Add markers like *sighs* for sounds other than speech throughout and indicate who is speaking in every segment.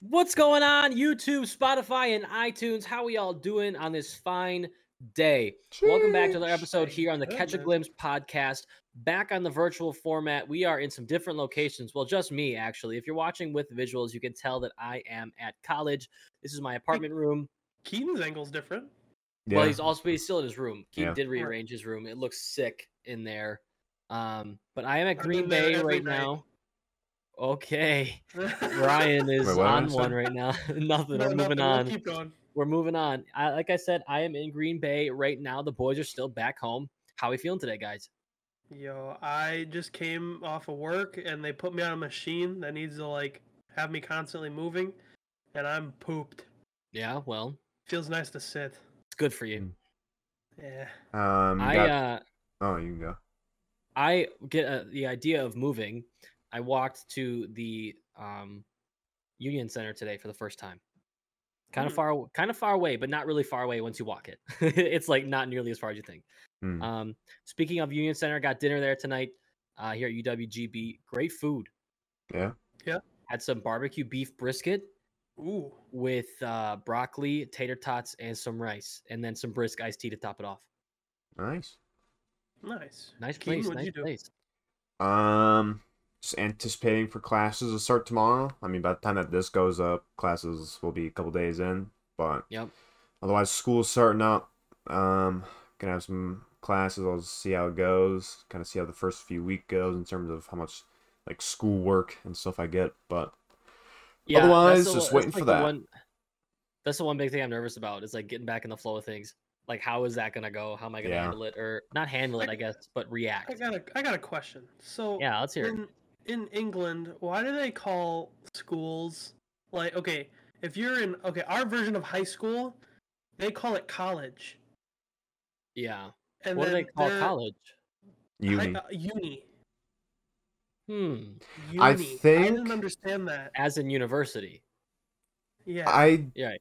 Speaker 1: What's going on, YouTube, Spotify, and iTunes? How we all doing on this fine day? Welcome back to another episode here on the Catch a Glimpse podcast. Back on the virtual format, we are in some different locations. Well, just me actually. If you're watching with visuals, you can tell that I am at college. This is my apartment room.
Speaker 2: Keaton's angle's different. *laughs*
Speaker 1: Well,
Speaker 3: Yeah.
Speaker 1: he's also he's still in his room. He
Speaker 3: Yeah.
Speaker 1: did rearrange his room. It looks sick in there. Um, but I am at
Speaker 2: I've
Speaker 1: Green
Speaker 2: been there
Speaker 1: Bay
Speaker 2: every
Speaker 1: right
Speaker 2: night.
Speaker 1: now. Okay, *laughs* Ryan is
Speaker 3: what did I
Speaker 1: on
Speaker 3: say?
Speaker 1: one right now. *laughs* Nothing.
Speaker 2: No,
Speaker 1: We're moving
Speaker 2: nothing, we'll
Speaker 1: on
Speaker 2: Keep going.
Speaker 1: we're moving on. I, like I said, I am in Green Bay right now. The boys are still back home. How we feeling today, guys?
Speaker 2: Yo, I just came off of work and they put me on a machine that needs to like have me constantly moving, and I'm pooped.
Speaker 1: Yeah, well,
Speaker 2: Feels nice to sit.
Speaker 1: it's good for you.
Speaker 2: Yeah.
Speaker 3: Um,
Speaker 1: I
Speaker 3: got-
Speaker 1: uh,
Speaker 3: oh, you can go.
Speaker 1: I get uh, the idea of moving. I walked to the um, Union Center today for the first time. Kind of
Speaker 2: Hmm.
Speaker 1: far, kind of far away, but not really far away once you walk it. *laughs* it's like not nearly as far as you think.
Speaker 3: Hmm.
Speaker 1: Um, speaking of Union Center, got dinner there tonight uh, here at UWGB. Great food.
Speaker 3: Yeah.
Speaker 2: Yeah.
Speaker 1: Had some barbecue beef brisket.
Speaker 2: Ooh.
Speaker 1: with uh, broccoli, tater tots, and some rice, and then some brisk iced tea to top it off.
Speaker 3: nice.
Speaker 2: Nice.
Speaker 1: Nice
Speaker 2: Keaton,
Speaker 1: place,
Speaker 2: what'd
Speaker 1: nice
Speaker 2: you do?
Speaker 1: place.
Speaker 3: Um, just anticipating for classes to start tomorrow. I mean, by the time that this goes up, classes will be a couple days in. But
Speaker 1: Yep.
Speaker 3: otherwise, school's starting up. Um, gonna have some classes. I'll see how it goes. Kind of see how the first few week goes in terms of how much like schoolwork and stuff I get. But
Speaker 1: Yeah, that's
Speaker 3: Otherwise,
Speaker 1: the
Speaker 3: just
Speaker 1: one-
Speaker 3: waiting
Speaker 1: that's like
Speaker 3: for
Speaker 1: the
Speaker 3: that.
Speaker 1: one- that's the one big thing I'm nervous about. Is like getting back in the flow of things. Like, how is that gonna go? How am I gonna
Speaker 3: Yeah.
Speaker 1: handle it, or not handle it?
Speaker 2: I-
Speaker 1: I guess, but
Speaker 2: I
Speaker 1: react.
Speaker 2: got a I got a question. So
Speaker 1: Yeah, let's hear it.
Speaker 2: in in England, why do they call schools like okay, if you're in okay, our version of high school, they call it college.
Speaker 1: Yeah.
Speaker 2: And
Speaker 1: What do
Speaker 2: then
Speaker 1: they call
Speaker 2: their
Speaker 1: college?
Speaker 2: hi-
Speaker 3: uni.
Speaker 2: uh, uni.
Speaker 1: Hmm.
Speaker 2: Uni.
Speaker 3: I
Speaker 2: didn't
Speaker 3: think-
Speaker 2: understand that.
Speaker 1: As in university.
Speaker 2: Yeah.
Speaker 3: I
Speaker 1: Yeah.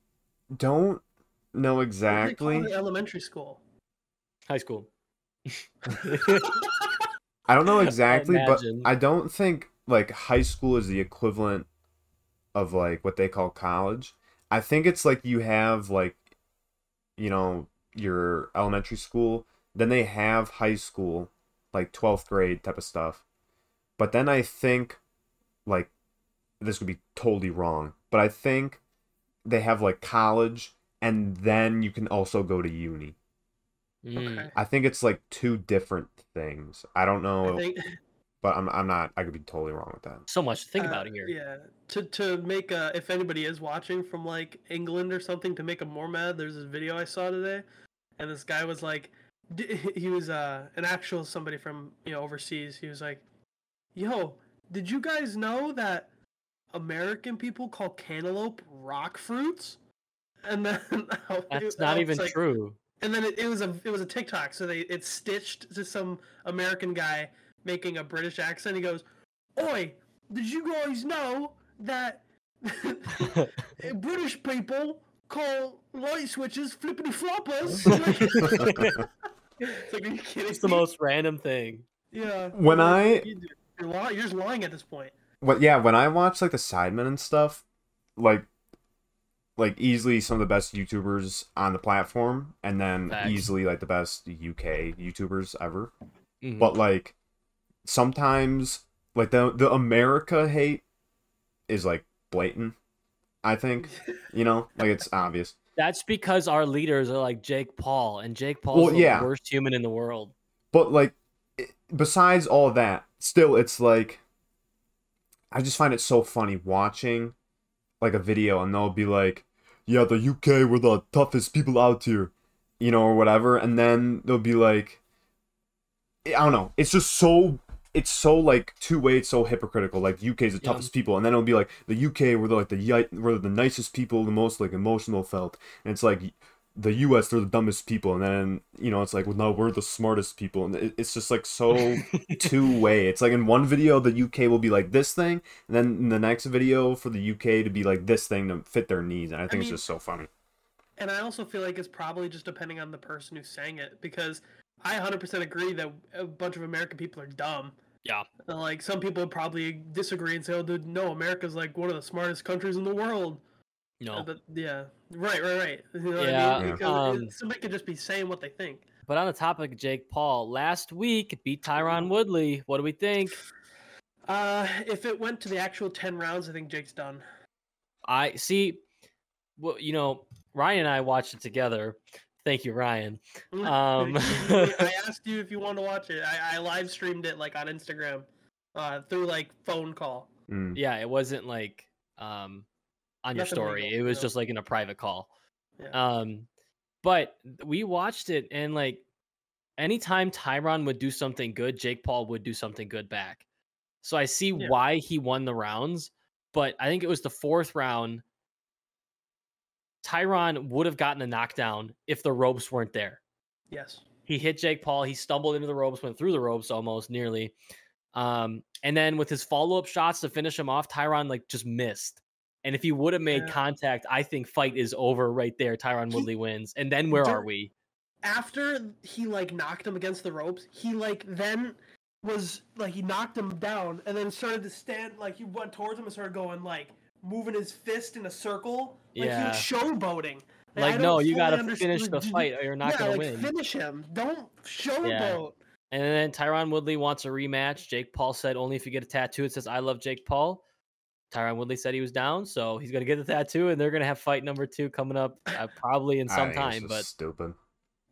Speaker 3: don't know
Speaker 2: What do they call
Speaker 3: exactly.
Speaker 2: it? elementary school.
Speaker 1: High
Speaker 3: *laughs*
Speaker 1: school.
Speaker 3: I don't know
Speaker 1: I
Speaker 3: exactly, but
Speaker 1: imagine.
Speaker 3: I don't think like high school is the equivalent of like what they call college. I think it's like you have like you know your elementary school, then they have high school, like 12th grade type of stuff. But then I think like this could be totally wrong, but I think they have like college and then you can also go to uni.
Speaker 1: Hmm.
Speaker 2: Okay.
Speaker 3: I think it's like two different things. I don't know
Speaker 2: I think,
Speaker 3: but I'm, I'm not I could be totally wrong with that.
Speaker 1: So much to think
Speaker 2: uh,
Speaker 1: about here.
Speaker 2: Yeah. To to make a, if anybody is watching from like England or something to make a more mad, there's this video I saw today, and this guy was like, d- *laughs* he was uh an actual somebody from you know overseas. He was like, "Yo, did you guys know that American people call cantaloupe rock fruits?" And then *laughs*
Speaker 1: That's
Speaker 2: I
Speaker 1: not
Speaker 2: was
Speaker 1: even
Speaker 2: like-
Speaker 1: true.
Speaker 2: And then it, it was a it was a TikTok, so they it stitched to some American guy making a British accent. He goes, "Oi, did you guys know that *laughs* British people call light switches flippity floppers?"
Speaker 1: *laughs*
Speaker 2: it's *laughs*
Speaker 3: *laughs*
Speaker 2: like, are you kidding?
Speaker 1: It's the
Speaker 2: me?
Speaker 1: most random thing.
Speaker 2: Yeah.
Speaker 3: When I-
Speaker 2: you, are lying, you're just lying at this point.
Speaker 3: What yeah, when I watch like the Sidemen and stuff, like like easily some of the best YouTubers on the platform and then
Speaker 1: Facts.
Speaker 3: easily like the best UK YouTubers ever.
Speaker 1: Mhm.
Speaker 3: But like sometimes like the the America hate is like blatant, I think. You know, like it's obvious.
Speaker 1: That's because our leaders are like Jake Paul, and Jake Paul's
Speaker 3: Well,
Speaker 1: the
Speaker 3: yeah.
Speaker 1: worst human in the world.
Speaker 3: But like, it- besides all that, still, it's like, I just find it so funny watching like a video and they'll be like, "Yeah, the UK were the toughest people out here," you know, or whatever, and then they'll be like, I don't know. It's just so. It's so like two way. It's so hypocritical. Like UK is the
Speaker 1: Yeah.
Speaker 3: toughest people, and then it'll be like the UK were the, like the yi- were the nicest people, the most like emotional felt, and it's like the U.S. they're the dumbest people, and then you know it's like well no we're the smartest people, and it, it's just
Speaker 1: *laughs*
Speaker 3: like so two way. It's like in one video the UK will be like this thing, and then in the next video for the UK to be like this thing to fit their needs, and I think it's
Speaker 2: mean-
Speaker 3: just so funny.
Speaker 2: And I also feel like it's probably just depending on the person who sang it because I 100% agree that a bunch of American people are dumb.
Speaker 1: Yeah.
Speaker 2: And, like some people would probably disagree and say, "Oh, dude, no, America's like one of the smartest countries in the world." Uh,
Speaker 1: No.
Speaker 2: But yeah, right, right, right. You know what
Speaker 1: Yeah,
Speaker 2: I mean?
Speaker 3: Yeah.
Speaker 2: Because
Speaker 1: um,
Speaker 2: somebody could just be saying what they think.
Speaker 1: But on the topic of Jake Paul, last week beat Tyron Woodley. What do we think?
Speaker 2: Uh, if it went to the actual ten rounds, I think Jake's done. *laughs*
Speaker 1: I see. Well, you know, Ryan and I watched it together. Thank you, Ryan. Um,
Speaker 2: *laughs*
Speaker 1: *laughs*
Speaker 2: I asked you if you want to watch it. I, I live streamed it like on Instagram, uh, through like phone call.
Speaker 3: Mm.
Speaker 1: yeah, it wasn't like um on your
Speaker 2: Mm-hmm. Nothing
Speaker 1: story.
Speaker 2: legal,
Speaker 1: it was
Speaker 2: no.
Speaker 1: just like in a private call.
Speaker 2: Yeah.
Speaker 1: Um but we watched it and like anytime Tyron would do something good, Jake Paul would do something good back. So I see
Speaker 2: Yeah.
Speaker 1: why he won the rounds, but I think it was the fourth round Tyron would have gotten a knockdown if the ropes weren't there
Speaker 2: Yes.
Speaker 1: he hit Jake Paul. He stumbled into the ropes, went through the ropes almost nearly. Um, and then with his follow up shots to finish him off, Tyron like just missed. And if he would have made
Speaker 2: Yeah.
Speaker 1: contact, I think fight is over right there. Tyron Woodley wins. And then where are
Speaker 2: Dur-
Speaker 1: we?
Speaker 2: After he like knocked him against the ropes, he like then was like he knocked him down and then started to stand like he went towards him and started going like moving his fist in a circle. Like
Speaker 1: Yeah.
Speaker 2: he was showboating. I
Speaker 1: Like,
Speaker 2: don't
Speaker 1: no, you
Speaker 2: fully
Speaker 1: gotta
Speaker 2: underst-
Speaker 1: finish
Speaker 2: like,
Speaker 1: the
Speaker 2: d- d-
Speaker 1: fight or you're not
Speaker 2: yeah,
Speaker 1: gonna
Speaker 2: like,
Speaker 1: win.
Speaker 2: Finish him. Don't showboat.
Speaker 1: And then Tyron Woodley wants a rematch. Jake Paul said only if you get a tattoo, it says I love Jake Paul. Tyron Woodley said he was down, so he's gonna get the tattoo, and they're gonna have fight number two coming up uh, probably in
Speaker 3: I
Speaker 1: some
Speaker 3: think it's
Speaker 1: time.
Speaker 3: just
Speaker 1: But
Speaker 3: stupid.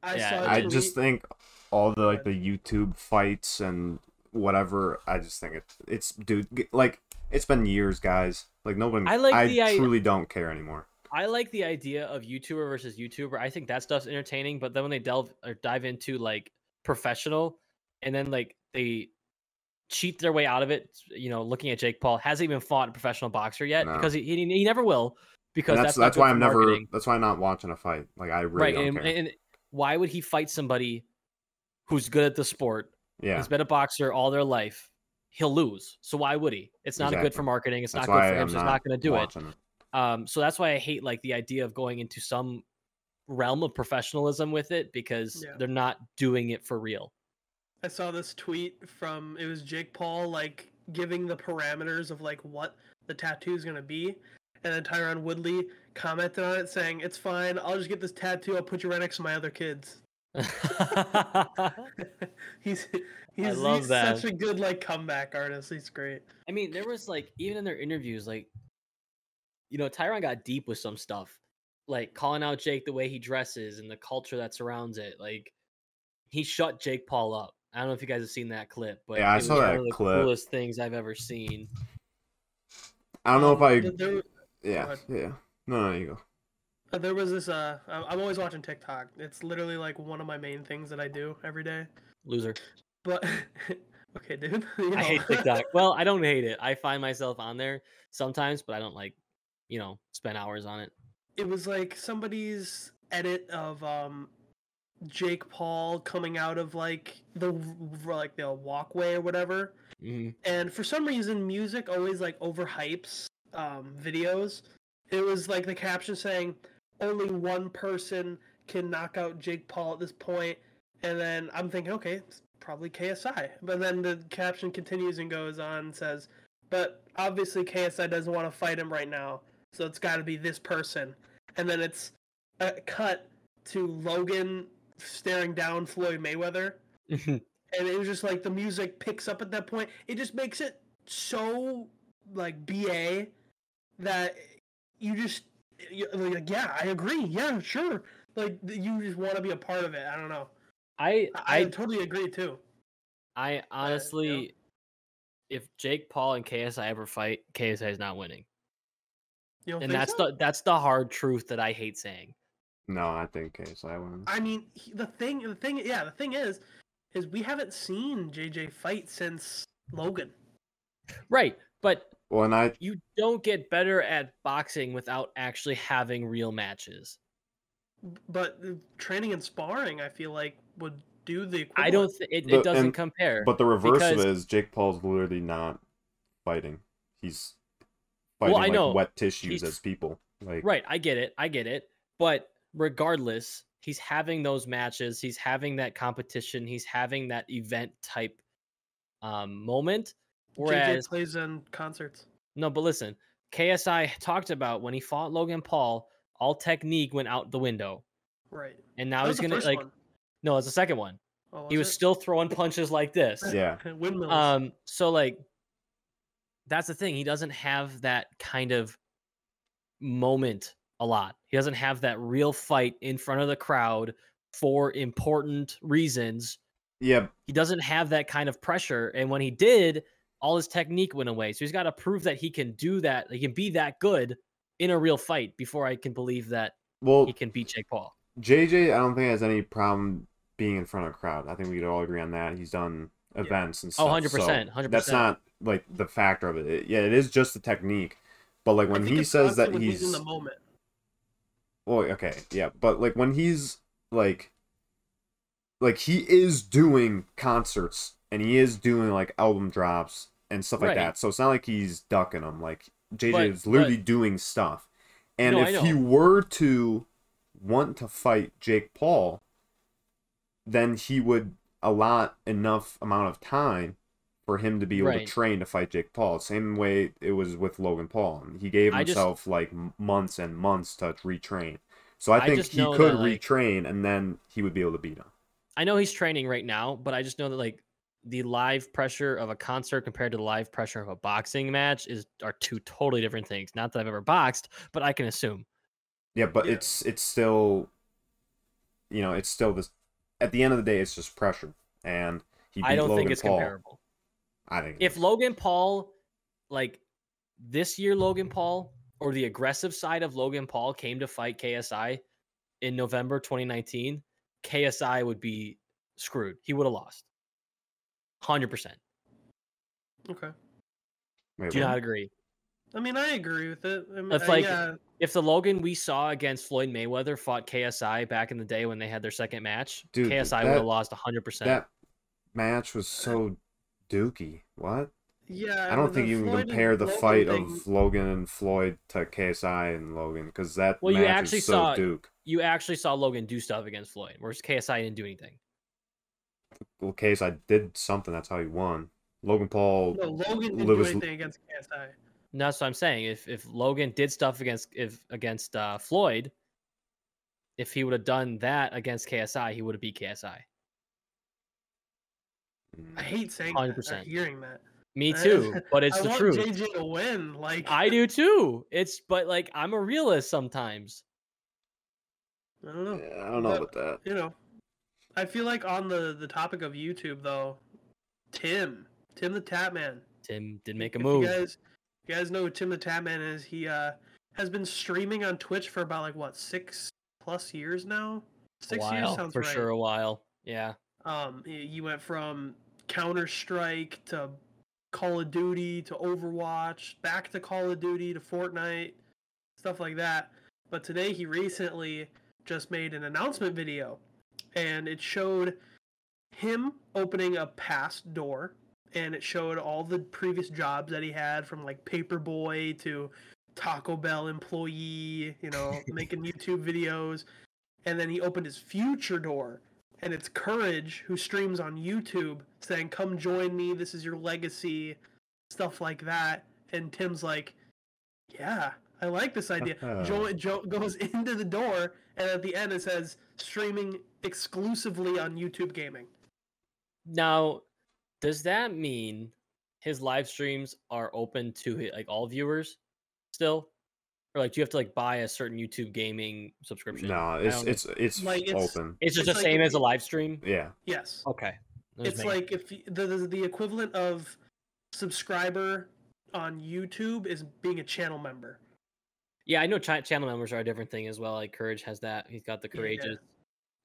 Speaker 2: I
Speaker 1: Yeah,
Speaker 2: saw
Speaker 1: I
Speaker 2: a
Speaker 3: I
Speaker 2: tweet-
Speaker 3: just think all the like the YouTube fights and whatever. I just think it, it's dude g- like it's been years, guys. Like no one.
Speaker 1: I like
Speaker 3: I
Speaker 1: the i-
Speaker 3: truly don't care anymore.
Speaker 1: I like the idea of YouTuber versus YouTuber. I think that stuff's entertaining, but then when they delve or dive into like professional and then like they cheat their way out of it, you know, looking at Jake Paul hasn't even fought a professional boxer yet
Speaker 3: No.
Speaker 1: because he, he, he never will because
Speaker 3: And that's
Speaker 1: not
Speaker 3: that's
Speaker 1: good
Speaker 3: why
Speaker 1: for
Speaker 3: I'm never.
Speaker 1: marketing.
Speaker 3: That's why I'm not watching a fight. Like I really
Speaker 1: right.
Speaker 3: don't
Speaker 1: And,
Speaker 3: care.
Speaker 1: and why would he fight somebody who's good at the sport
Speaker 3: yeah,
Speaker 1: He's been a boxer all their life. He'll lose. So why would he? It's not good for
Speaker 3: Exactly.
Speaker 1: marketing. It's
Speaker 3: that's
Speaker 1: not good
Speaker 3: why
Speaker 1: for him.
Speaker 3: I'm
Speaker 1: so he's not going to do it.
Speaker 3: watching it.
Speaker 1: Um, so that's why I hate like the idea of going into some realm of professionalism with it because
Speaker 2: Yeah.
Speaker 1: they're not doing it for real. *laughs*
Speaker 2: I saw this tweet from it was Jake Paul like giving the parameters of like what the tattoo is gonna be, and then Tyron Woodley commented on it saying, "It's fine. I'll just get this tattoo. I'll put you right next to my other kids." *laughs*
Speaker 1: I
Speaker 2: he's he's,
Speaker 1: love
Speaker 2: he's
Speaker 1: that.
Speaker 2: such a good like comeback artist. He's great.
Speaker 1: mean, there was like even in their interviews, like you know, Tyron got deep with some stuff, like calling out Jake the way he dresses and the culture that surrounds it. Like he shut Jake Paul up. I don't know if you guys have seen that clip, but
Speaker 3: Yeah, I
Speaker 1: it was
Speaker 3: saw
Speaker 1: one
Speaker 3: that
Speaker 1: of the
Speaker 3: clip.
Speaker 1: coolest things I've ever seen.
Speaker 3: I don't know if
Speaker 2: Um,
Speaker 3: I.
Speaker 2: th- there,
Speaker 3: yeah,
Speaker 2: go ahead.
Speaker 3: yeah. No, no, you go.
Speaker 2: uh, there was this uh I- I'm always watching TikTok. It's literally like one of my main things that I do every day.
Speaker 1: Loser.
Speaker 2: But *laughs* okay, dude. *laughs* you
Speaker 1: I
Speaker 2: know.
Speaker 1: hate TikTok. well, I
Speaker 2: *laughs*
Speaker 1: don't hate it. I find myself on there sometimes, but I don't like, you know, spend hours on it.
Speaker 2: it was like somebody's edit of um Jake Paul coming out of like the w- like the walkway or whatever.
Speaker 1: Mhm.
Speaker 2: And for some reason music always like overhypes um videos. It was like the caption saying only one person can knock out Jake Paul at this point and then I'm thinking okay, it's probably KSI. But then the caption continues and goes on and says but obviously KSI doesn't want to fight him right now. So it's got to be this person. And then it's a cut to Logan staring down Floyd Mayweather.
Speaker 1: Mm-hmm.
Speaker 2: *laughs* And it was just like the music picks up at that point. It just makes it so like BA that you just you like yeah, I agree. Yeah, sure. Like th- you just want to be a part of it. I don't know.
Speaker 1: I
Speaker 2: I, I
Speaker 1: I
Speaker 2: totally agree too.
Speaker 1: I honestly, if Jake Paul and KSI ever fight, KSI is not winning,
Speaker 2: You don't
Speaker 1: and
Speaker 2: think
Speaker 1: that's
Speaker 2: so?
Speaker 1: the that's the hard truth that I hate saying.
Speaker 3: No, I think KSI wins.
Speaker 2: I mean, he- the thing, the thing, yeah, the thing is, is we haven't seen JJ fight since Logan.
Speaker 1: Right, but
Speaker 3: Well, and I
Speaker 1: you don't get better at boxing without actually having real matches.
Speaker 2: But uh, training and sparring, I feel like would do the. Equivalent.
Speaker 1: I don't. Th- it,
Speaker 3: But-
Speaker 1: it doesn't
Speaker 3: and-
Speaker 1: compare.
Speaker 3: But the reverse
Speaker 1: because-
Speaker 3: of it is Jake Paul's literally not fighting. He's fighting
Speaker 1: I
Speaker 3: like
Speaker 1: know.
Speaker 3: wet tissues
Speaker 1: He's-
Speaker 3: as people. Like
Speaker 1: Right, I get it. I get it. But regardless, he's having those matches, he's having that competition, he's having that event type um, moment.
Speaker 2: JJ
Speaker 1: Whereas,
Speaker 2: plays in concerts.
Speaker 1: no, but listen, KSI talked about when he fought Logan Paul, all technique went out the window,
Speaker 2: Right.
Speaker 1: and now
Speaker 2: That
Speaker 1: he's
Speaker 2: was the
Speaker 1: gonna
Speaker 2: first
Speaker 1: like
Speaker 2: one.
Speaker 1: no, it's the second one.
Speaker 2: Oh,
Speaker 1: he was still throwing punches like this.
Speaker 3: Yeah.
Speaker 2: it? *laughs* windmills.
Speaker 1: Um, so like that's the thing. He doesn't have that kind of moment a lot. He doesn't have that real fight in front of the crowd for important reasons.
Speaker 3: Yeah.
Speaker 1: He doesn't have that kind of pressure. And when he did, all his technique went away. So he's got to prove that he can do that. He can be that good in a real fight before I can believe that
Speaker 3: Well,
Speaker 1: he can beat Jake Paul.
Speaker 3: JJ, I don't think has any problem being in front of a crowd. I think we could all agree on that. He's done events and stuff.
Speaker 1: Oh, 100%,
Speaker 3: so
Speaker 1: 100%.
Speaker 3: That's not like the factor of it. It- Yeah, it is just the technique. But like
Speaker 2: I
Speaker 3: when
Speaker 2: think
Speaker 3: he
Speaker 2: it's
Speaker 3: says
Speaker 2: constant
Speaker 3: that
Speaker 2: when
Speaker 3: he's,
Speaker 2: in the moment.
Speaker 3: well, okay, yeah, but like when he's like, like he is doing concerts and he is doing like album drops and stuff like
Speaker 1: Right.
Speaker 3: that. So it's not like he's ducking them. Like JJ
Speaker 1: But-
Speaker 3: is literally doing stuff. And
Speaker 1: No, I
Speaker 3: if he
Speaker 1: know.
Speaker 3: were to want to fight Jake Paul, then he would allot enough amount of time for him to be able to
Speaker 1: Right.
Speaker 3: train to fight Jake Paul. Same way it was with Logan Paul. He gave
Speaker 1: I just-
Speaker 3: himself like m- months and months to retrain. So I
Speaker 1: I
Speaker 3: think
Speaker 1: just
Speaker 3: he
Speaker 1: know
Speaker 3: could
Speaker 1: that, like-
Speaker 3: retrain and then he would be able to beat him.
Speaker 1: I know he's training right now, but I just know that like the live pressure of a concert compared to the live pressure of a boxing match is are two totally different things. Not that I've ever boxed, but I can assume.
Speaker 3: Yeah, but
Speaker 2: Yeah.
Speaker 3: it's it's still you know, it's still this at the end of the day it's just pressure. And he beat
Speaker 1: I don't
Speaker 3: Logan
Speaker 1: think it's
Speaker 3: Paul.
Speaker 1: comparable.
Speaker 3: I think
Speaker 1: If Logan Paul, like this year, Logan Paul or the aggressive side of Logan Paul came to fight KSI in November 2019, KSI would be screwed. He would have lost. 100%.
Speaker 2: Okay.
Speaker 3: Wait,
Speaker 1: Do you
Speaker 3: what?
Speaker 1: not agree?
Speaker 2: I mean, I agree with it. I mean,
Speaker 1: It's
Speaker 2: I-
Speaker 1: like-
Speaker 2: yeah,
Speaker 1: if the Logan we saw against Floyd Mayweather fought KSI back in the day when they had their second match,
Speaker 3: Dude,
Speaker 1: KSI
Speaker 3: that-
Speaker 1: would have lost 100%.
Speaker 3: that match was so dooky. What?
Speaker 2: yeah.
Speaker 3: I don't think you can compare the fight of Logan and Floyd to KSI and Logan because that
Speaker 1: Well, you
Speaker 3: match
Speaker 1: actually
Speaker 3: is so
Speaker 1: saw-
Speaker 3: Duke.
Speaker 1: you actually saw Logan do stuff against Floyd, whereas KSI didn't do anything.
Speaker 3: Well, KSI did something. That's how he won. Logan Paul.
Speaker 2: No, Logan didn't
Speaker 3: Lewis-
Speaker 2: do anything against KSI.
Speaker 1: And that's what I'm saying. If if Logan did stuff against if against uh, Floyd, if he would have done that against KSI, he would have beat KSI.
Speaker 2: I
Speaker 3: Mm,
Speaker 2: hate saying
Speaker 1: 100%.
Speaker 2: that. or hearing that.
Speaker 1: Me
Speaker 2: I- *laughs*
Speaker 1: too, but it's
Speaker 2: I
Speaker 1: the
Speaker 2: want
Speaker 1: truth.
Speaker 2: JJ to win. Like
Speaker 1: I do too. It's but like I'm a realist sometimes.
Speaker 2: I don't know.
Speaker 3: yeah, I don't know
Speaker 2: But-
Speaker 3: about that.
Speaker 2: You know, I feel like on the the topic of YouTube though, Tim, Tim the Tap Man.
Speaker 1: Tim did make a
Speaker 2: If
Speaker 1: move.
Speaker 2: You guys, if you guys know who Tim the Tap Man is? He uh has been streaming on Twitch for about like what six plus years now.
Speaker 1: a
Speaker 2: Six years
Speaker 1: while,
Speaker 2: sounds
Speaker 1: for
Speaker 2: right.
Speaker 1: sure. A while, yeah.
Speaker 2: Um, y- you went from Counter Strike to Call of Duty to Overwatch, back to Call of Duty to Fortnite, stuff like that. But today he recently just made an announcement video, and it showed him opening a past door, and it showed all the previous jobs that he had, from like paperboy to Taco Bell employee, you know, making YouTube videos. And then he opened his future door, and it's Courage who streams on YouTube saying, "Come join me. This is your legacy," stuff like that. And Tim's like, "Yeah, I like this idea."
Speaker 3: Uh,
Speaker 1: Uh.
Speaker 2: Joe, Joe goes *laughs* into the door, and at the end it says, "Streaming exclusively on YouTube Gaming."
Speaker 1: Now, does that mean his live streams are open to hi- like all viewers still, or like do you have to like buy a certain YouTube gaming subscription?
Speaker 3: No,
Speaker 1: I
Speaker 3: it's
Speaker 1: don't know.
Speaker 3: it's it's
Speaker 2: Like,
Speaker 1: *laughs*
Speaker 2: it's-
Speaker 3: open.
Speaker 1: it's just
Speaker 2: it's
Speaker 1: the
Speaker 2: like-
Speaker 1: same as a live stream.
Speaker 3: Yeah,
Speaker 2: Yes,
Speaker 1: Okay, I'm just
Speaker 2: it's
Speaker 1: making-
Speaker 2: like if y- the, the the equivalent of subscriber on YouTube is being a channel member.
Speaker 1: yeah, I know chi- channel members are a different thing as well. Like Courage has that; he's got the
Speaker 2: Yeah.
Speaker 1: courageous.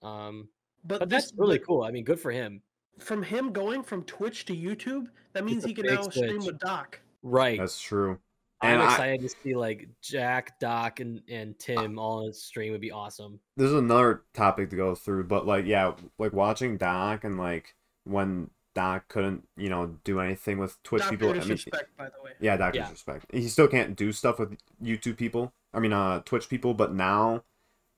Speaker 1: Um,
Speaker 2: But,
Speaker 1: but
Speaker 2: this-
Speaker 1: that's really
Speaker 2: but
Speaker 1: cool. I mean, good for him.
Speaker 2: From him going from Twitch to YouTube, that means
Speaker 1: a
Speaker 2: he can
Speaker 1: big
Speaker 2: now stream
Speaker 1: switch.
Speaker 2: with Doc.
Speaker 1: Right,
Speaker 3: that's true.
Speaker 1: I'm
Speaker 3: and I-
Speaker 1: excited to see like Jack, Doc, and and Tim all on the stream would be awesome.
Speaker 3: There's another topic to go through, but like yeah, like watching Doc and like when Doc couldn't you know do anything with Twitch
Speaker 2: Doc
Speaker 3: people. I mean,
Speaker 2: disrespect, by the way.
Speaker 3: Yeah, Doctor
Speaker 1: Yeah.
Speaker 3: Disrespect. He still can't do stuff with YouTube people. I mean, uh, Twitch people. But now,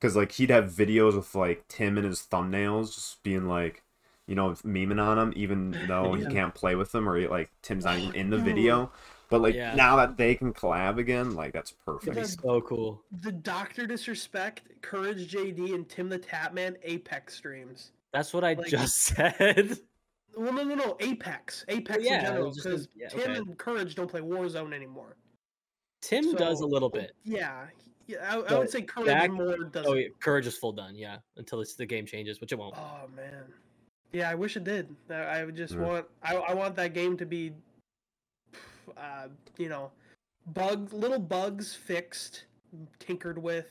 Speaker 3: because like he'd have videos with like Tim and his thumbnails, just being like, you you know, memeing on him, even though
Speaker 2: Yeah.
Speaker 3: he can't play with them or he, like Tim's not even in the video. But like
Speaker 1: Yeah.
Speaker 3: now that they can collab again, like that's perfect.
Speaker 1: That'd be so cool.
Speaker 2: The Doctor Disrespect, Courage JD, and Tim the Tapman Apex streams.
Speaker 1: That's what I
Speaker 2: Like-
Speaker 1: just *laughs* said.
Speaker 2: Well, no, no, no, Apex, Apex
Speaker 1: Oh, yeah, it
Speaker 2: in general,
Speaker 1: was just a-
Speaker 2: because
Speaker 1: yeah,
Speaker 2: Tim
Speaker 1: okay.
Speaker 2: and Courage don't play Warzone anymore.
Speaker 1: Tim does a
Speaker 2: So-
Speaker 1: little bit.
Speaker 2: Yeah, yeah, I, I
Speaker 1: But
Speaker 2: would say Courage
Speaker 1: that-
Speaker 2: more does.
Speaker 1: Oh, yeah, courage is full done. Yeah, until it's, the game changes, which it won't.
Speaker 2: Oh man, yeah. I wish it did. I, I would just
Speaker 3: Yeah.
Speaker 2: want. I, I want that game to be, uh, you know, bug little bugs fixed, tinkered with,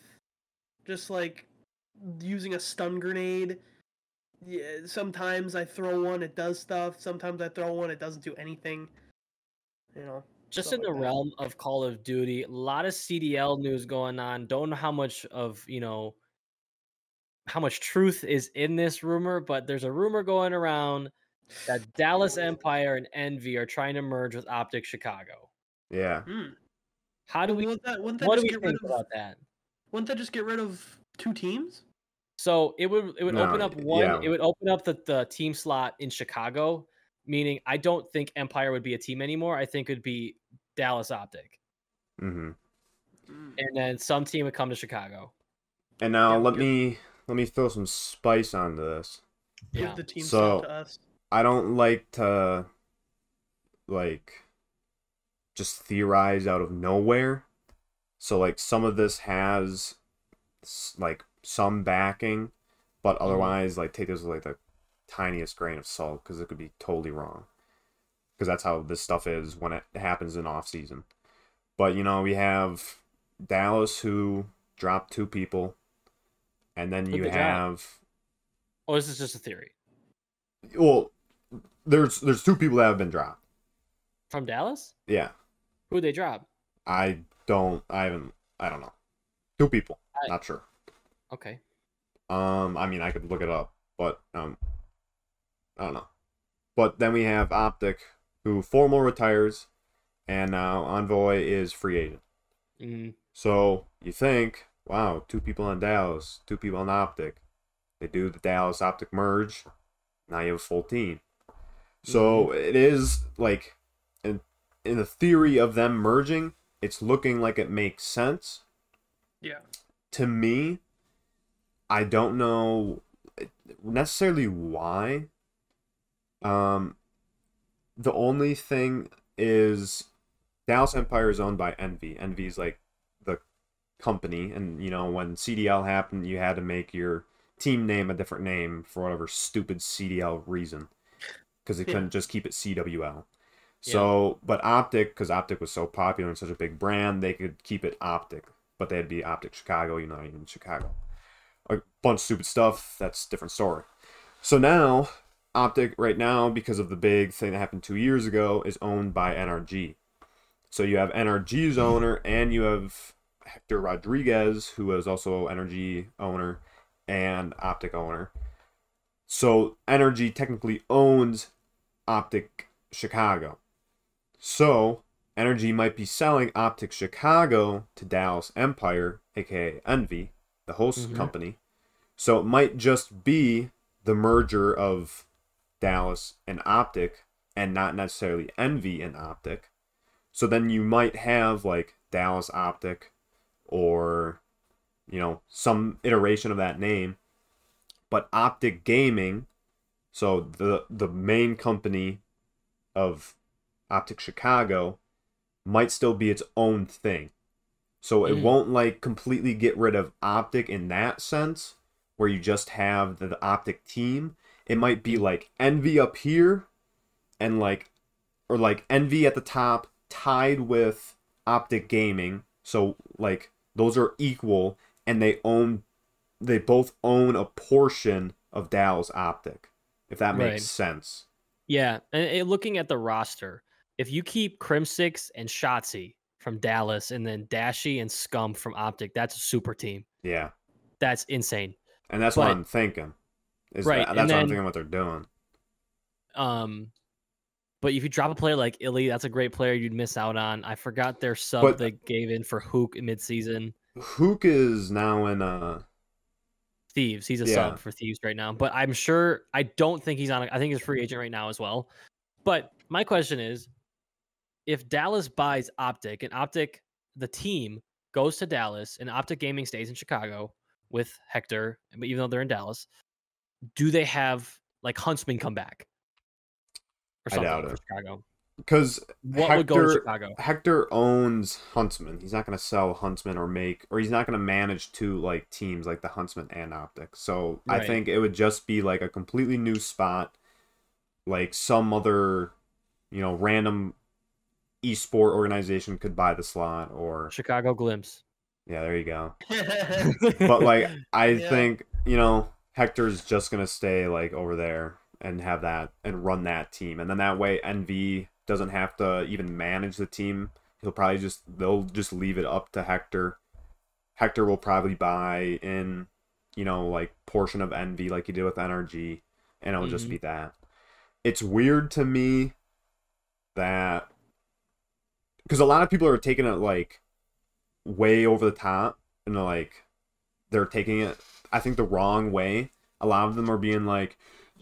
Speaker 2: just like using a stun grenade. Yeah, sometimes I throw one, it does stuff. Sometimes I throw one, it doesn't do anything. You know.
Speaker 1: Just
Speaker 2: stuff
Speaker 1: in the
Speaker 2: like that.
Speaker 1: realm of Call of Duty, a lot of CDL news going on. Don't know how much of you know how much truth is in this rumor, but there's a rumor going around that Dallas Empire and Envy are trying to merge with Optic Chicago.
Speaker 3: Yeah.
Speaker 2: Hmm.
Speaker 1: How do we?
Speaker 2: Wouldn't that, wouldn't that
Speaker 1: What do
Speaker 2: just
Speaker 1: we
Speaker 2: get rid
Speaker 1: think
Speaker 2: of?
Speaker 1: about that?
Speaker 2: Wouldn't that just get rid of two teams?
Speaker 1: So it would it would
Speaker 3: No,
Speaker 1: open up
Speaker 3: y-
Speaker 1: one.
Speaker 3: yeah.
Speaker 1: It would open up the, the team slot in Chicago, meaning I don't think Empire would be a team anymore. I think it'd be Dallas Optic,
Speaker 3: hmm
Speaker 2: Mm.
Speaker 1: and then some team would come to Chicago.
Speaker 3: And now
Speaker 2: Yeah,
Speaker 3: let
Speaker 2: good.
Speaker 3: me let me throw some spice onto this.
Speaker 1: Yeah,
Speaker 2: Give the team
Speaker 3: So-
Speaker 2: slot to us.
Speaker 3: I don't like to like just theorize out of nowhere. So like some of this has s- like some backing, but
Speaker 1: Mm-hmm.
Speaker 3: otherwise like take this with like the tiniest grain of salt because it could be totally wrong. Because that's how this stuff is when it happens in off season. But you know we have Dallas who dropped two people, and then
Speaker 1: Who'd
Speaker 3: you
Speaker 1: they drop?
Speaker 3: have.
Speaker 1: Or is Oh, this just a theory
Speaker 3: well there's there's two people that have been dropped
Speaker 1: from Dallas?
Speaker 3: yeah
Speaker 1: Who would they drop?
Speaker 3: i don't i haven't i don't know two people
Speaker 1: I-
Speaker 3: not sure
Speaker 1: Okay,
Speaker 3: um i mean i could look it up but um i don't know but then we have optic who formal retires and now envoy is free agent
Speaker 1: mm,
Speaker 3: so you think wow two people on dallas two people on optic they do the dallas optic merge now you have a full team So it is like in in the theory of them merging, it's looking like it makes sense.
Speaker 2: Yeah.
Speaker 3: To me, I don't know necessarily why. Um the only thing is Dallas Empire is owned by Envy. Envy is like the company and you know when CDL happened, you had to make your team name a different name for whatever stupid CDL reason because they
Speaker 2: Yeah.
Speaker 3: couldn't just keep it CWL. So, but Optic, because Optic was so popular and such a big brand, they could keep it Optic, but they'd be Optic Chicago, you know, in Chicago. A bunch of stupid stuff. That's a different story. So now, Optic right now, because of the big thing that happened two years ago, is owned by NRG. So you have NRG's owner, and you have Hector Rodriguez, who is also NRG owner and Optic owner. So Energy technically owns Optic Chicago. So Energy might be selling Optic Chicago to Dallas Empire, aka Envy, the host
Speaker 1: Mhm.
Speaker 3: company. So it might just be the merger of Dallas and Optic and not necessarily Envy and Optic. So then you might have like Dallas Optic or you know some iteration of that name but Optic Gaming, so the the main company of Optic Chicago, might still be its own thing. So it
Speaker 1: Mm.
Speaker 3: won't like completely get rid of Optic in that sense, where you just have the, the Optic team. It might be like Envy up here, and like, or like Envy at the top, tied with Optic Gaming. So like those are equal, and they own they both own a portion of Dow's optic, if that makes
Speaker 1: Right.
Speaker 3: sense.
Speaker 1: yeah. And, and looking at the roster, if you keep Crim Six and Shotzi from Dallas, and then Dashy and Scum from Optic, that's a super team.
Speaker 3: Yeah,
Speaker 1: That's insane.
Speaker 3: and that's what
Speaker 1: But-
Speaker 3: I'm thinking. Is
Speaker 1: Right,
Speaker 3: that-
Speaker 1: and
Speaker 3: that's what
Speaker 1: then-
Speaker 3: I'm thinking. What they're doing.
Speaker 1: Um, but if you drop a player like Illy, that's a great player you'd miss out on. I forgot their sub
Speaker 3: But-
Speaker 1: they gave in for Hook midseason.
Speaker 3: Hook is now in uh
Speaker 1: Thieves. He's a
Speaker 3: Yeah.
Speaker 1: sub for Thieves right now, but I'm sure I don't think he's on. a- I think he's a free agent right now as well. But my question is, if Dallas buys Optic and Optic, the team goes to Dallas and Optic Gaming stays in Chicago with Hector, but even though they're in Dallas, do they have like Huntsman come back or
Speaker 3: I
Speaker 1: something
Speaker 3: doubt
Speaker 1: for
Speaker 3: it.
Speaker 1: Chicago?
Speaker 3: Because
Speaker 1: What would go to
Speaker 3: Hector-
Speaker 1: Chicago?
Speaker 3: Hector owns Huntsman. He's not going to sell Huntsman or make, or he's not going to manage two like teams like the Huntsman and Optic. So I
Speaker 1: Right.
Speaker 3: think it would just be like a completely new spot, like some other, you know, random esport organization could buy the slot or
Speaker 1: Chicago *laughs* glimpse.
Speaker 3: yeah, there you go.
Speaker 1: *laughs*
Speaker 2: yeah,
Speaker 3: But like I
Speaker 2: Yeah.
Speaker 3: think you know Hector's just going to stay like over there and have that and run that team, and then that way NV doesn't have to even manage the team he'll probably just they'll just leave it up to Hector. Hector will probably buy in, you know, like portion of Envy like he did with NRG, and it'll just
Speaker 1: Mhm.
Speaker 3: be that. It's weird to me that because a lot of people are taking it like way over the top and like they're taking it I think the wrong way. A lot of them are being like,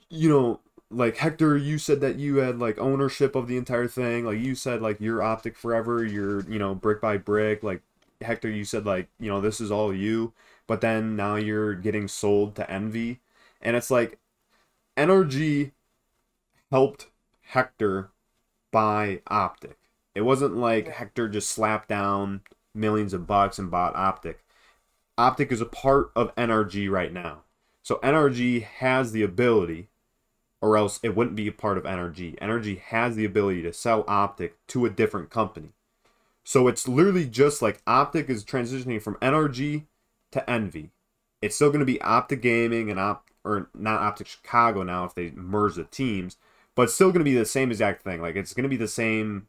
Speaker 3: you know, like Hector, you said that you had like ownership of the entire thing. Like you said, like you're Optic forever. You're you know brick by brick. Like Hector, you said like you know this is all you. But then now you're getting sold to Envy, and it's like NRG helped Hector buy Optic. It wasn't like Hector just slapped down millions of bucks and bought Optic. Optic is a part of NRG right now. So NRG has the ability, or else it wouldn't be a part of NRG. NRG has the ability to sell Optic to a different company. So it's literally just like Optic is transitioning from NRG to Envy. It's still going to be Optic Gaming and Op or not Optic Chicago now if they merge the teams, but it's still going to be the same exact thing. Like it's going to be the same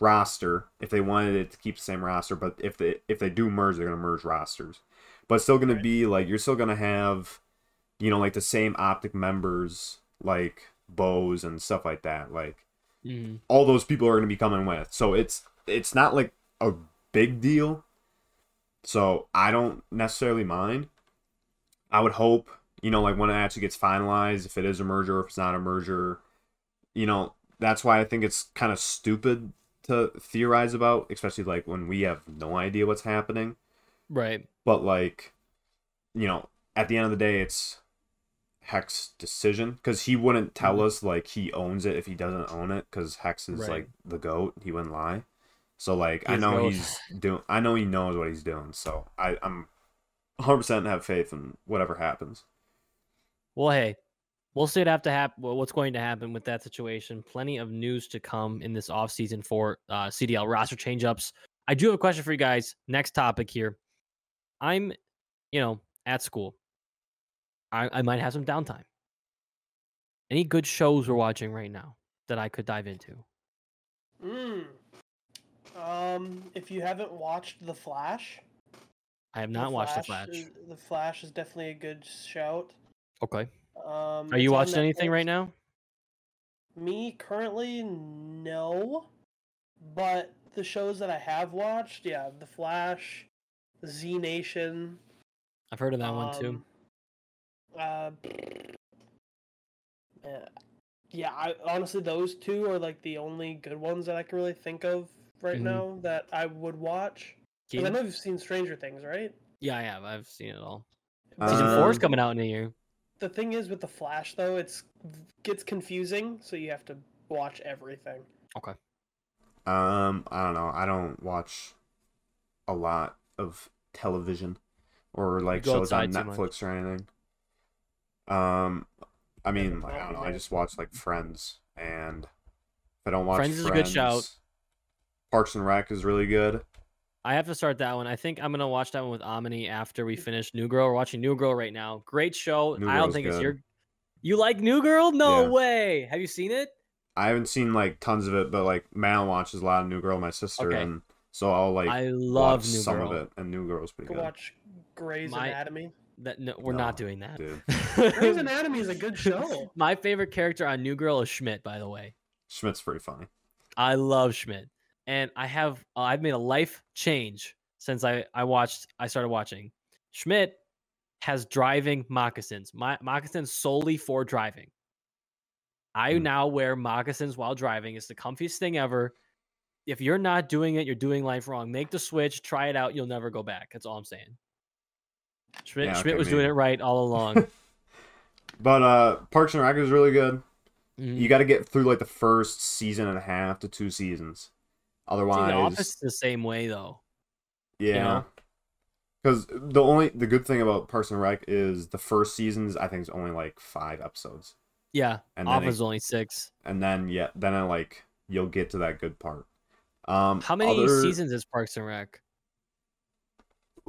Speaker 3: roster if they wanted it to keep the same roster, but if they if they do merge, they're going to merge rosters. But it's still going to be like you're still going to have you know like the same Optic members like Bose and stuff like that. Like
Speaker 1: Mhm.
Speaker 3: all those people are going to be coming with. So it's it's not like a big deal. So I don't necessarily mind. I would hope, you know, like when it actually gets finalized, if it is a merger, if it's not a merger, you know, that's why I think it's kind of stupid to theorize about, especially like when we have no idea what's happening
Speaker 1: Right.
Speaker 3: but like you know at the end of the day it's hex decision because he wouldn't tell
Speaker 1: Mhm.
Speaker 3: us like he owns it if he doesn't own it because hex is
Speaker 1: Right.
Speaker 3: like the goat he wouldn't lie so like i
Speaker 1: He's
Speaker 3: know
Speaker 1: goat.
Speaker 3: he's doing i know he knows what he's doing so i i'm 100% have faith in whatever happens
Speaker 1: Well, hey, we'll see what have to happen. What's going to happen with that situation? Plenty of news to come in this offseason for uh, CDL roster changeups. I do have a question for you guys. Next topic here. I'm, you know, at school. I, I might have some downtime. Any good shows we're watching right now that I could dive into?
Speaker 2: Mm. Um, if you haven't watched The Flash,
Speaker 1: I have not watched The Flash.
Speaker 2: is- the Flash is definitely a good shout.
Speaker 1: Okay.
Speaker 2: Um,
Speaker 1: Are you
Speaker 2: it's on
Speaker 1: watching anything
Speaker 2: Netflix.
Speaker 1: right now?
Speaker 2: Me currently, no. But the shows that I have watched, yeah, The Flash, Z Nation.
Speaker 1: I've heard of that one too.
Speaker 2: um, Uh, uh, yeah, I honestly those two are like the only good ones that I can really think of right
Speaker 1: Mhm.
Speaker 2: now that I would watch. 'Cause I
Speaker 1: Keaton?
Speaker 2: know you've seen Stranger Things, right?
Speaker 1: Yeah, I have. I've seen it all.
Speaker 3: Uh,
Speaker 1: Season four is
Speaker 3: Um,
Speaker 1: coming out in a year.
Speaker 2: the thing is with the Flash though, it's gets confusing, so you have to watch everything.
Speaker 3: um i don't know i don't watch a lot of television or like
Speaker 1: go
Speaker 3: shows on
Speaker 1: outside too much.
Speaker 3: netflix or anything um i mean like, i don't know i
Speaker 2: Okay.
Speaker 3: just watch like friends and if i don't watch
Speaker 1: Friends is a good shout.
Speaker 3: Friends, parks and rec is really good
Speaker 1: I have to start that one. I think I'm gonna watch that one with Omni after we finish New Girl. We're watching New Girl right now. Great show.
Speaker 3: New
Speaker 1: I don't
Speaker 3: Girl's
Speaker 1: think it's
Speaker 3: good.
Speaker 1: your. You like New Girl? No
Speaker 3: Yeah.
Speaker 1: way. Have you seen it?
Speaker 3: i haven't seen like tons of it but like mal watches a lot of new girl my sister
Speaker 1: Okay.
Speaker 3: and so i'll like
Speaker 1: I love
Speaker 3: watch
Speaker 1: New
Speaker 3: some
Speaker 1: Girl.
Speaker 3: of it and new girl's pretty
Speaker 2: Go
Speaker 3: good
Speaker 2: watch Grey's
Speaker 1: My- *coughs*
Speaker 2: Anatomy.
Speaker 1: That no, we're
Speaker 3: No,
Speaker 1: not doing that. *laughs*
Speaker 3: dude
Speaker 2: Grey's Anatomy is a good show.
Speaker 1: My favorite character on New Girl is Schmidt. By the way,
Speaker 3: schmidt's pretty funny
Speaker 1: I love Schmidt, and I have uh, I've made a life change since I I watched I started watching Schmidt has driving moccasins. My moccasins solely for driving. I
Speaker 3: Hmm.
Speaker 1: now wear moccasins while driving. It's the comfiest thing ever. If you're not doing it, you're doing life wrong. Make the switch, try it out. You'll never go back. That's all I'm saying. Schmidt,
Speaker 3: Yeah,
Speaker 1: Schmidt
Speaker 3: okay,
Speaker 1: was doing
Speaker 3: maybe.
Speaker 1: it right
Speaker 3: *laughs*
Speaker 1: all along.
Speaker 3: But uh, Parks and Rec is really good.
Speaker 1: Mhm.
Speaker 3: You got to get through like the first season and a half to two seasons.
Speaker 1: See,
Speaker 3: Otherwise,
Speaker 1: the office is the same way though.
Speaker 3: Yeah.
Speaker 1: know?
Speaker 3: Because the only the good thing about Parks and Rec is the first seasons I think is only like five episodes,
Speaker 1: Yeah,
Speaker 3: and then
Speaker 1: office
Speaker 3: it,
Speaker 1: is only six.
Speaker 3: and then yeah, then I like you'll get to that good part. Um,
Speaker 1: How many
Speaker 3: other-
Speaker 1: seasons is Parks and Rec?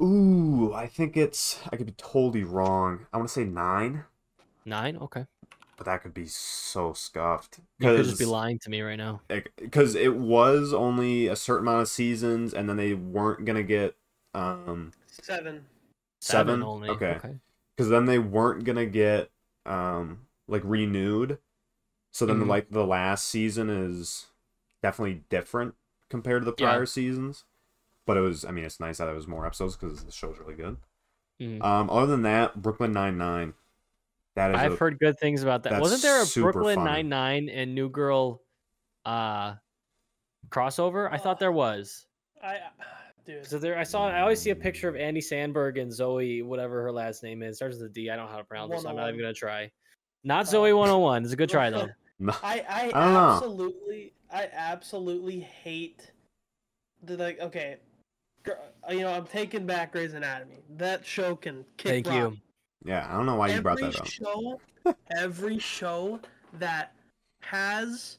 Speaker 3: Ooh, I think it's I could be totally wrong. I want to say nine,
Speaker 1: Nine. Okay,
Speaker 3: but that could be so scuffed.
Speaker 1: you could just be
Speaker 3: 'Cause-
Speaker 1: lying to me right now.
Speaker 3: because it was only a certain amount of seasons, and then they weren't gonna get um
Speaker 2: Seven.
Speaker 1: Seven,
Speaker 3: Seven?
Speaker 1: only.
Speaker 3: Okay.
Speaker 1: okay.
Speaker 3: because then they weren't gonna get um like renewed. So then
Speaker 1: Mhm.
Speaker 3: like the last season is definitely different compared to the
Speaker 1: Yeah.
Speaker 3: prior seasons. But it was I mean it's nice that it was more episodes because the show's really good.
Speaker 1: Mhm.
Speaker 3: Um, other than that, Brooklyn Nine Nine. That is
Speaker 1: I've
Speaker 3: a-
Speaker 1: heard good things about that.
Speaker 3: that's
Speaker 1: Wasn't there a
Speaker 3: super
Speaker 1: Brooklyn
Speaker 3: funny.
Speaker 1: Nine Nine and New Girl uh crossover? I thought there was.
Speaker 2: I, uh, dude.
Speaker 1: So there, I saw. I always see a picture of Andy Sandberg and Zoe, whatever her last name is. Starts with a D. I don't know how to pronounce it. So I'm not even
Speaker 3: oh
Speaker 1: gonna
Speaker 2: 101.
Speaker 1: try. Not
Speaker 2: Uh,
Speaker 1: Zoe 101. It's a good
Speaker 3: *laughs*
Speaker 1: try though.
Speaker 3: no,
Speaker 2: I, I,
Speaker 3: I don't know.
Speaker 2: absolutely, I absolutely hate the like. Okay, gr- uh, you know, I'm taking back Grey's Anatomy. That show can
Speaker 1: Thank
Speaker 2: kick rock.
Speaker 1: you.
Speaker 3: *laughs* yeah, I don't know why you brought
Speaker 2: every
Speaker 3: that up. *laughs*
Speaker 2: show, every show that has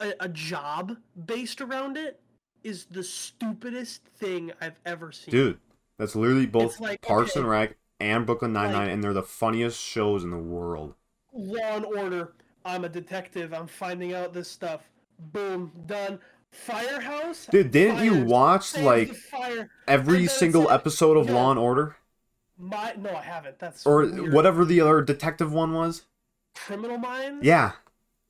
Speaker 2: a, a job based around it is the stupidest thing I've ever seen.
Speaker 3: Dude, that's literally both
Speaker 2: like,
Speaker 3: Parks
Speaker 2: okay,
Speaker 3: and Rec and Brooklyn Nine Nine,
Speaker 2: like-
Speaker 3: and they're the funniest shows in the world.
Speaker 2: Law and Order. I'm a detective. I'm finding out this stuff. Boom, done. Firehouse.
Speaker 3: Dude, didn't you
Speaker 2: Fires.
Speaker 3: watch
Speaker 2: Saves *laughs*
Speaker 3: like
Speaker 2: the fire. And
Speaker 3: every
Speaker 2: then it's
Speaker 3: single
Speaker 2: like-
Speaker 3: episode of
Speaker 2: yeah.
Speaker 3: Law and Order
Speaker 2: My no, I haven't. That's
Speaker 3: or
Speaker 2: weird.
Speaker 3: whatever the other detective one was?
Speaker 2: Criminal Minds.
Speaker 3: Yeah.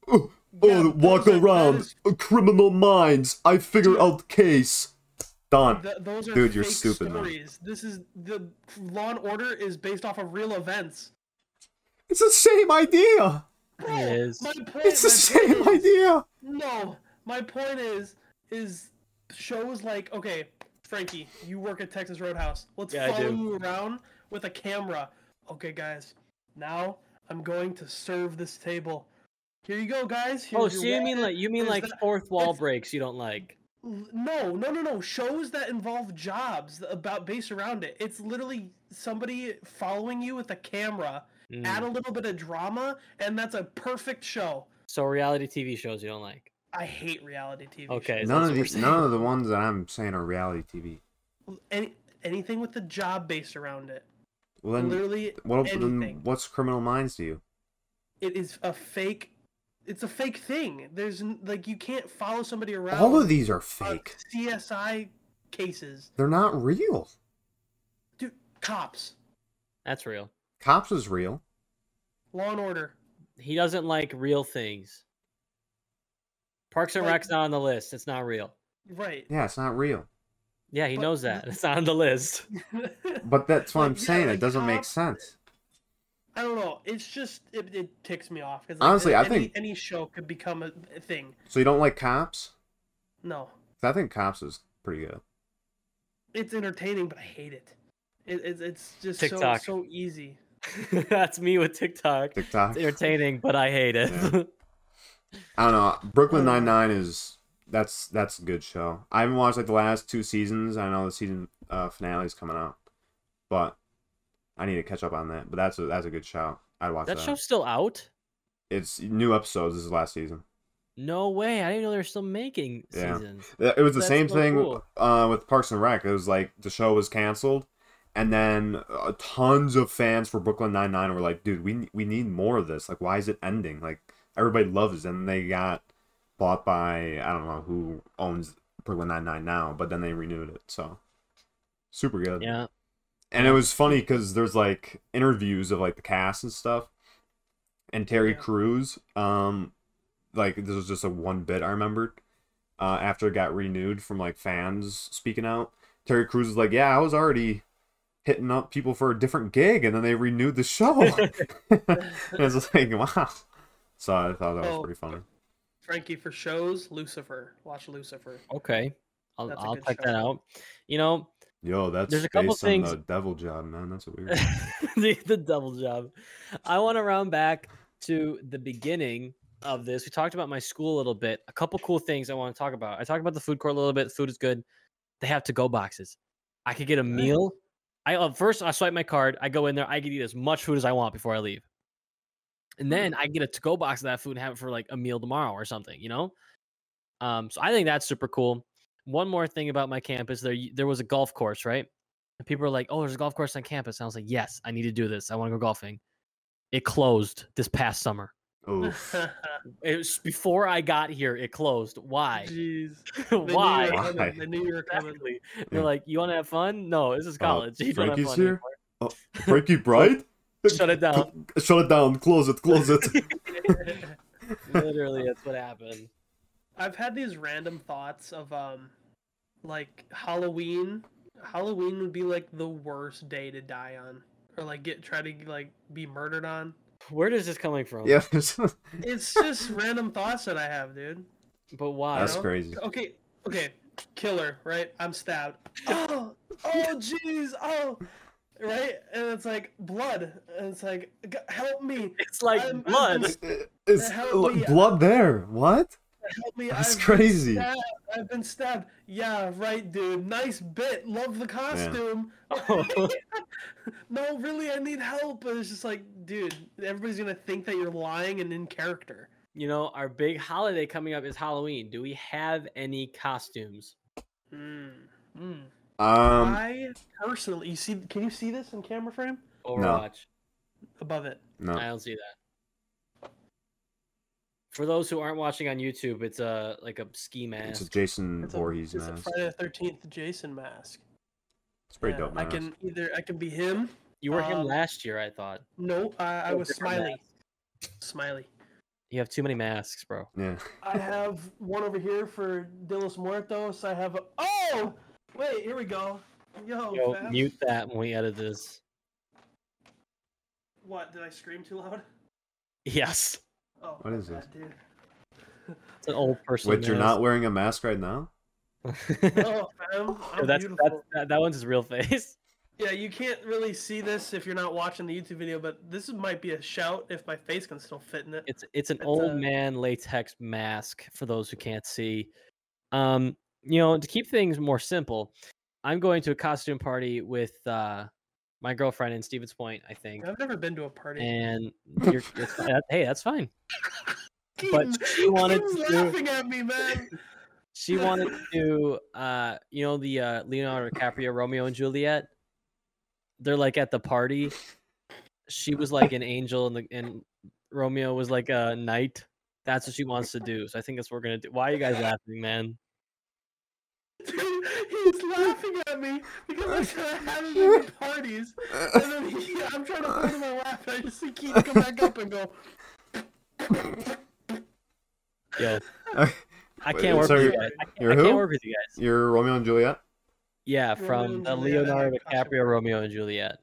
Speaker 3: Oh,
Speaker 2: Yeah,
Speaker 3: oh,
Speaker 2: Mm-hmm. those
Speaker 3: walk
Speaker 2: are- that
Speaker 3: around,
Speaker 2: is-
Speaker 3: uh, criminal minds. I figure
Speaker 2: Dude.
Speaker 3: out case. Done.
Speaker 2: Th- those are
Speaker 3: Dude, you're
Speaker 2: fake
Speaker 3: stupid, man.
Speaker 2: stories. This is the Law and Order is based off of real events.
Speaker 3: It's the same idea.
Speaker 2: Bro,
Speaker 1: It is.
Speaker 2: My point,
Speaker 3: It's the
Speaker 2: my
Speaker 3: same
Speaker 2: point is-
Speaker 3: idea.
Speaker 2: No, my point is, is shows like okay, Frankie, you work at Texas Roadhouse. Let's
Speaker 1: Yeah, I
Speaker 2: follow
Speaker 1: do.
Speaker 2: you around with a camera. Okay, guys, now I'm going to serve this table. Here you go, guys. Here's
Speaker 1: Oh,
Speaker 2: your
Speaker 1: so you mean
Speaker 2: water.
Speaker 1: like you mean
Speaker 2: There's
Speaker 1: like
Speaker 2: that-
Speaker 1: fourth wall
Speaker 2: that's-
Speaker 1: breaks you don't like?
Speaker 2: L- No, no, no, no. Shows that involve jobs th- about based around it. It's literally somebody following you with a camera.
Speaker 1: Mm.
Speaker 2: Add a little bit of drama, and that's a perfect show.
Speaker 1: So reality TV shows you don't like.
Speaker 2: I hate reality TV.
Speaker 1: Okay,
Speaker 2: shows.
Speaker 1: is
Speaker 3: None
Speaker 1: that
Speaker 3: of
Speaker 1: what we're
Speaker 3: the
Speaker 1: saying?
Speaker 3: none of the ones that I'm saying are reality TV.
Speaker 2: Any anything with the job based around it.
Speaker 3: Well then,
Speaker 2: Literally,
Speaker 3: what, then
Speaker 2: anything.
Speaker 3: what's criminal minds to you?
Speaker 2: it is a fake. It's a fake thing. There's n- like you can't follow somebody around.
Speaker 3: All of these are
Speaker 2: on
Speaker 3: fake.
Speaker 2: CSI cases,
Speaker 3: They're not real.
Speaker 2: dude. Cops,
Speaker 1: That's real.
Speaker 3: Cops is real.
Speaker 2: Law and Order.
Speaker 1: He doesn't like real things. Parks and
Speaker 2: Like-
Speaker 1: Rec's not on the list. It's not real.
Speaker 3: *laughs*
Speaker 2: Right. *laughs*
Speaker 3: Yeah, it's not real.
Speaker 1: Yeah, he
Speaker 2: But
Speaker 1: knows
Speaker 2: the-
Speaker 1: that. It's not on the
Speaker 2: *laughs*
Speaker 1: list. *laughs*
Speaker 3: But that's what I'm
Speaker 2: Like, yeah,
Speaker 3: saying.
Speaker 2: like,
Speaker 3: it doesn't make
Speaker 2: cops-
Speaker 3: sense.
Speaker 2: I don't know. It's just it, it ticks me off. 'cause,
Speaker 3: Honestly, I
Speaker 2: any,
Speaker 3: think-
Speaker 2: any show could become a a thing.
Speaker 3: So you don't like cops?
Speaker 2: No,
Speaker 3: 'Cause I think cops is pretty good.
Speaker 2: it's entertaining, but I hate it. it, it's it's just
Speaker 1: TikTok.
Speaker 2: so so easy.
Speaker 1: That's me with TikTok.
Speaker 3: TikTok.
Speaker 1: It's entertaining, but I hate it.
Speaker 3: Yeah. I don't know. Brooklyn
Speaker 2: Uh,
Speaker 3: Nine Nine is that's that's a good show. I haven't watched like the last two seasons. I know the season uh, finale is coming out, but I need to catch up on that. But that's a, that's a good show. I'd watch
Speaker 1: *laughs*
Speaker 3: that.
Speaker 1: that show's still out?
Speaker 3: It's new episodes. This is the last season.
Speaker 1: No way. I didn't know they were still making
Speaker 3: Yeah.
Speaker 1: seasons.
Speaker 3: Uh, It was the
Speaker 1: That's
Speaker 3: same
Speaker 1: so
Speaker 3: thing
Speaker 1: cool.
Speaker 3: uh, with Parks and Rec. It was like the show was canceled, and then uh, tons of fans for Brooklyn Nine Nine were like, "Dude, we we need more of this. Like, why is it ending? Like, everybody loves." It. And they got bought by I don't know who owns Brooklyn Nine Nine now, but then they renewed it. So super good.
Speaker 1: Yeah.
Speaker 3: And it was funny because there's like interviews of like the cast and stuff, and Terry
Speaker 2: Yeah.
Speaker 3: Crews. Um, like this was just a one bit I remembered. Uh, after it got renewed from like fans speaking out, Terry Crews was like, "Yeah, I was already hitting up people for a different gig, and then they renewed
Speaker 1: *laughs*
Speaker 3: the show. *laughs* and it's like, wow. So I thought that was
Speaker 2: Oh.
Speaker 3: pretty funny.
Speaker 2: Frankie for shows. Lucifer. Watch Lucifer.
Speaker 1: Okay, I'll,
Speaker 2: That's a
Speaker 1: I'll
Speaker 2: good
Speaker 1: check
Speaker 2: show.
Speaker 1: that out. You know,
Speaker 3: Yo, that's
Speaker 1: There's a couple
Speaker 3: based
Speaker 1: things-
Speaker 3: on the devil job, man. That's
Speaker 1: *laughs*
Speaker 3: weird.
Speaker 1: the, the double job. I want to round back to the beginning of this. We talked about my school a little bit. A couple cool things I want to talk about. I talked about the food court a little bit. Food is good. They have to go boxes. I could get a meal. I uh, first I swipe my card. I go in there. I can eat as much food as I want before I leave, and then I get a to go box of that food and have it for like a meal tomorrow or something. You know. Um, so I think that's super cool. One more thing about my campus, there y- there was a golf course, right? And people are like, "Oh, there's a golf course on campus." And I was like, "Yes, I need to do this. I want to go golfing." It closed this past summer. *laughs*
Speaker 2: *laughs*
Speaker 3: Oof.
Speaker 1: It was before I got here. It closed. *laughs* Why?
Speaker 2: Jeez. They knew you were
Speaker 1: Why?
Speaker 2: coming,
Speaker 3: Why?
Speaker 2: They knew you were coming.
Speaker 1: Exactly.
Speaker 3: Yeah.
Speaker 1: They're like, "You want to have fun? No,
Speaker 2: Uh,
Speaker 1: this is college. *laughs* you don't have
Speaker 3: Frankie's
Speaker 1: fun
Speaker 3: here?
Speaker 1: anymore.
Speaker 3: Frankie Bright?
Speaker 1: Shut it down."
Speaker 2: *laughs*
Speaker 3: Shut it down. Close it. Close it.
Speaker 1: Literally, that's what happened.
Speaker 2: I've had these random thoughts of um, like Halloween. Halloween would be like the worst day to die on, or like get try to like be murdered on.
Speaker 1: Where is this coming from?
Speaker 3: *laughs* yeah.
Speaker 2: It's just random thoughts that I have, dude.
Speaker 1: But why?
Speaker 3: That's
Speaker 2: know.
Speaker 3: crazy.
Speaker 2: Okay, okay, killer, right? I'm
Speaker 3: *gasps*
Speaker 2: stabbed. Oh, oh, jeez, oh, right? And it's like blood, and it's like, "G- help me,
Speaker 1: *laughs* It's like
Speaker 2: I'm-
Speaker 1: blood.
Speaker 2: I'm just-
Speaker 3: It's
Speaker 2: Help
Speaker 3: l-
Speaker 2: me.
Speaker 3: blood there. What?
Speaker 2: help me.
Speaker 3: That's
Speaker 2: I've
Speaker 3: crazy.
Speaker 2: Been stabbed. I've been stabbed. Yeah, right, dude. Nice bit. Love the costume. No, really, I need help. And it's just like, dude, everybody's gonna think that you're lying and in character.
Speaker 1: *laughs* you know, our big holiday coming up is Halloween. Do we have any costumes?
Speaker 2: Mm. Mm.
Speaker 3: Um,
Speaker 2: I personally, you see, can you see this in camera frame
Speaker 1: Overwatch.
Speaker 2: above it?
Speaker 1: I
Speaker 3: no.
Speaker 1: don't see that. For those who aren't watching on YouTube, it's a like a ski
Speaker 3: It's
Speaker 1: mask.
Speaker 3: a Jason
Speaker 2: It's a,
Speaker 3: Voorhees
Speaker 2: it's a
Speaker 3: mask.
Speaker 2: Friday the Thirteenth Jason mask.
Speaker 3: It's pretty
Speaker 2: Yeah,
Speaker 3: dope
Speaker 2: I
Speaker 3: mask.
Speaker 2: can either I can be him.
Speaker 1: you were him
Speaker 2: um,
Speaker 1: last year, I thought.
Speaker 2: No, I, I
Speaker 1: Oh,
Speaker 2: was
Speaker 1: different
Speaker 2: Smiley. Smiley.
Speaker 1: You have too many masks, bro.
Speaker 2: *laughs*
Speaker 3: Yeah.
Speaker 2: I have one over here for De los Muertos. I have a, oh wait, here we go. Yo,
Speaker 1: Yo,
Speaker 2: Fab.
Speaker 1: mute that when we edit this. *laughs*
Speaker 2: What did I scream too loud?
Speaker 1: Yes,
Speaker 2: Oh,
Speaker 3: What is
Speaker 2: my
Speaker 3: this?
Speaker 2: bad, dude.
Speaker 3: *laughs*
Speaker 1: it's an old person.
Speaker 3: Wait, you're not
Speaker 1: mask.
Speaker 3: wearing a mask right now? *laughs*
Speaker 1: *laughs*
Speaker 2: No, Oh, fam,
Speaker 1: No,
Speaker 2: I'm
Speaker 1: that's,
Speaker 2: beautiful.
Speaker 1: that's that, that one's his real face. *laughs*
Speaker 2: Yeah, you can't really see this if you're not watching the YouTube video, but this might be a shout if my face can still fit in it.
Speaker 1: It's it's an
Speaker 2: That's
Speaker 1: old
Speaker 2: a-
Speaker 1: man latex mask for those who can't see. Um, you know, to keep things more simple, I'm going to a costume party with uh my girlfriend in Stevens Point, I think.
Speaker 2: I've never been to a party. *laughs*
Speaker 3: *laughs*
Speaker 1: and you're, it's fine. That- hey, that's fine. But
Speaker 2: Keaton-
Speaker 1: she wanted
Speaker 2: Keaton's
Speaker 1: to do-
Speaker 2: laughing at me, man.
Speaker 1: She wanted to, uh, you know, the uh, Leonardo DiCaprio Romeo and Juliet. They're like at the party. She was like an angel, and the and Romeo was like a knight. That's what she wants to do. So I think that's what we're gonna do. Why are you guys laughing, man?
Speaker 2: Dude, *laughs* he's laughing at me because I said I haven't been to parties, and then he, I'm trying to hold him and laugh, and I just see Keaton come back up and go,
Speaker 3: *laughs*
Speaker 1: Yo, I
Speaker 3: Wait,
Speaker 1: can't work
Speaker 3: so
Speaker 1: with you
Speaker 3: you're-
Speaker 1: guys. I can't,
Speaker 3: you're
Speaker 1: I can't
Speaker 3: who?
Speaker 1: work with you guys.
Speaker 3: You're Romeo and Juliet?
Speaker 1: Yeah,
Speaker 2: Romeo
Speaker 1: from
Speaker 2: and
Speaker 1: the
Speaker 2: Juliet and
Speaker 1: Leonardo
Speaker 2: Costume
Speaker 1: DiCaprio Romeo and Juliet.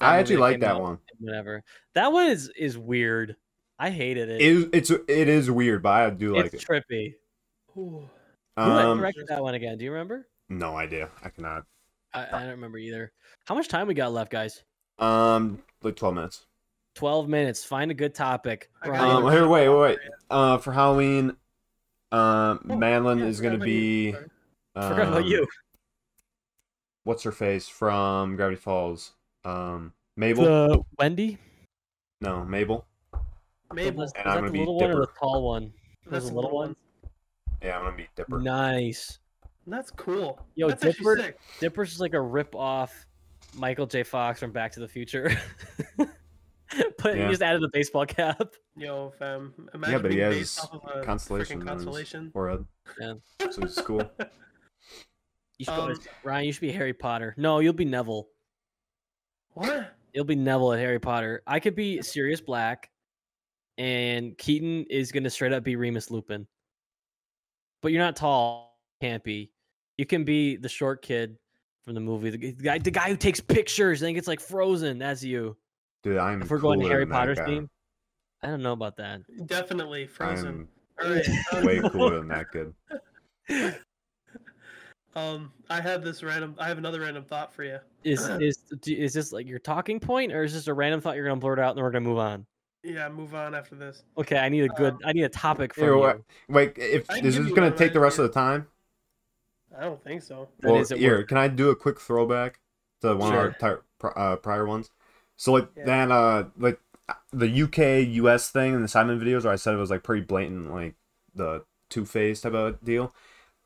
Speaker 1: That
Speaker 3: I
Speaker 1: movie
Speaker 3: actually
Speaker 1: that
Speaker 3: like
Speaker 1: came
Speaker 3: that
Speaker 1: out,
Speaker 3: one.
Speaker 1: Whatever. That one is is weird. I hated it.
Speaker 3: It, it's it is weird, but I do like
Speaker 1: it's
Speaker 3: it.
Speaker 1: trippy.
Speaker 2: Ooh.
Speaker 1: Who had
Speaker 3: Um,
Speaker 1: directed that one again? Do you remember?
Speaker 3: no idea. I cannot.
Speaker 1: I, I don't remember either. How much time we got left, guys?
Speaker 3: Um, like twelve minutes.
Speaker 1: Twelve minutes. Find a good topic.
Speaker 2: I got
Speaker 1: Ryan,
Speaker 3: Um,
Speaker 2: you.
Speaker 3: here, wait, wait, wait. Uh, for Halloween, um,
Speaker 2: Oh,
Speaker 3: Madeline
Speaker 2: yeah,
Speaker 3: is
Speaker 2: forgot
Speaker 3: gonna
Speaker 2: about
Speaker 3: be.
Speaker 2: you.
Speaker 1: I forgot about
Speaker 3: um,
Speaker 1: you.
Speaker 3: What's her face from Gravity Falls? Um, Mabel.
Speaker 1: The Wendy.
Speaker 3: No, Mabel.
Speaker 2: Mabel.
Speaker 1: Is
Speaker 3: And
Speaker 1: that
Speaker 3: I'm
Speaker 1: the
Speaker 3: gonna be
Speaker 1: little one or the
Speaker 3: Dipper.
Speaker 1: tall one?
Speaker 2: That's
Speaker 1: Those
Speaker 2: a
Speaker 1: little
Speaker 2: little one.
Speaker 1: ones.
Speaker 3: Yeah, I'm gonna be Dipper.
Speaker 1: Nice.
Speaker 2: That's cool.
Speaker 1: Yo,
Speaker 2: That's actually
Speaker 1: Dipper-
Speaker 2: sick.
Speaker 1: Dipper's is like a rip off Michael J. Fox from Back to the Future. *laughs* but he
Speaker 3: Yeah.
Speaker 1: just added a baseball cap.
Speaker 2: Yo, fam. Imagine
Speaker 3: but he
Speaker 2: being
Speaker 3: has
Speaker 2: based off of a
Speaker 3: Constellation.
Speaker 2: freaking
Speaker 3: on his
Speaker 2: constellation.
Speaker 3: Forehead.
Speaker 1: Yeah.
Speaker 3: So it's cool.
Speaker 1: You should probably-
Speaker 2: Um,
Speaker 1: Ryan, you should be Harry Potter. No, you'll be Neville.
Speaker 2: What?
Speaker 1: You'll be Neville at Harry Potter. I could be Sirius Black, and Keaton is gonna straight up be Remus Lupin. But you're not tall, can't be. You can be the short kid from the movie. The guy, the guy who takes pictures. I think it's like Frozen. That's you.
Speaker 3: Dude, I'm.
Speaker 1: If we're going
Speaker 3: cooler
Speaker 1: Harry
Speaker 3: than that
Speaker 1: Potter
Speaker 3: guy.
Speaker 1: theme, I don't know about that.
Speaker 2: Definitely Frozen.
Speaker 3: I'm
Speaker 2: All
Speaker 3: *laughs*
Speaker 2: right.
Speaker 1: *laughs*
Speaker 3: way cooler than that kid.
Speaker 2: *laughs* Um, I have this random. I have another random thought for you.
Speaker 1: Is is do- is this like your talking point, or is this a random thought you're gonna blurt out and we're gonna move on?
Speaker 2: Yeah, move on after this.
Speaker 1: Okay, I need a good. I need a topic for
Speaker 3: Here,
Speaker 1: you.
Speaker 3: wha- Wait, if
Speaker 2: I can
Speaker 3: is
Speaker 2: give
Speaker 3: this
Speaker 2: you
Speaker 3: gonna
Speaker 2: one
Speaker 3: take
Speaker 2: right
Speaker 3: the rest
Speaker 2: here.
Speaker 3: of the time?
Speaker 2: I don't think so.
Speaker 1: That
Speaker 3: well,
Speaker 1: is at
Speaker 3: here,
Speaker 1: work.
Speaker 3: can I do a quick throwback to one
Speaker 1: Sure.
Speaker 3: of our ti- pri- uh, prior ones? So like
Speaker 2: Yeah.
Speaker 3: that, uh, like the UK US thing in the Simon videos, where I said it was like pretty blatant, like the Two Face type of deal.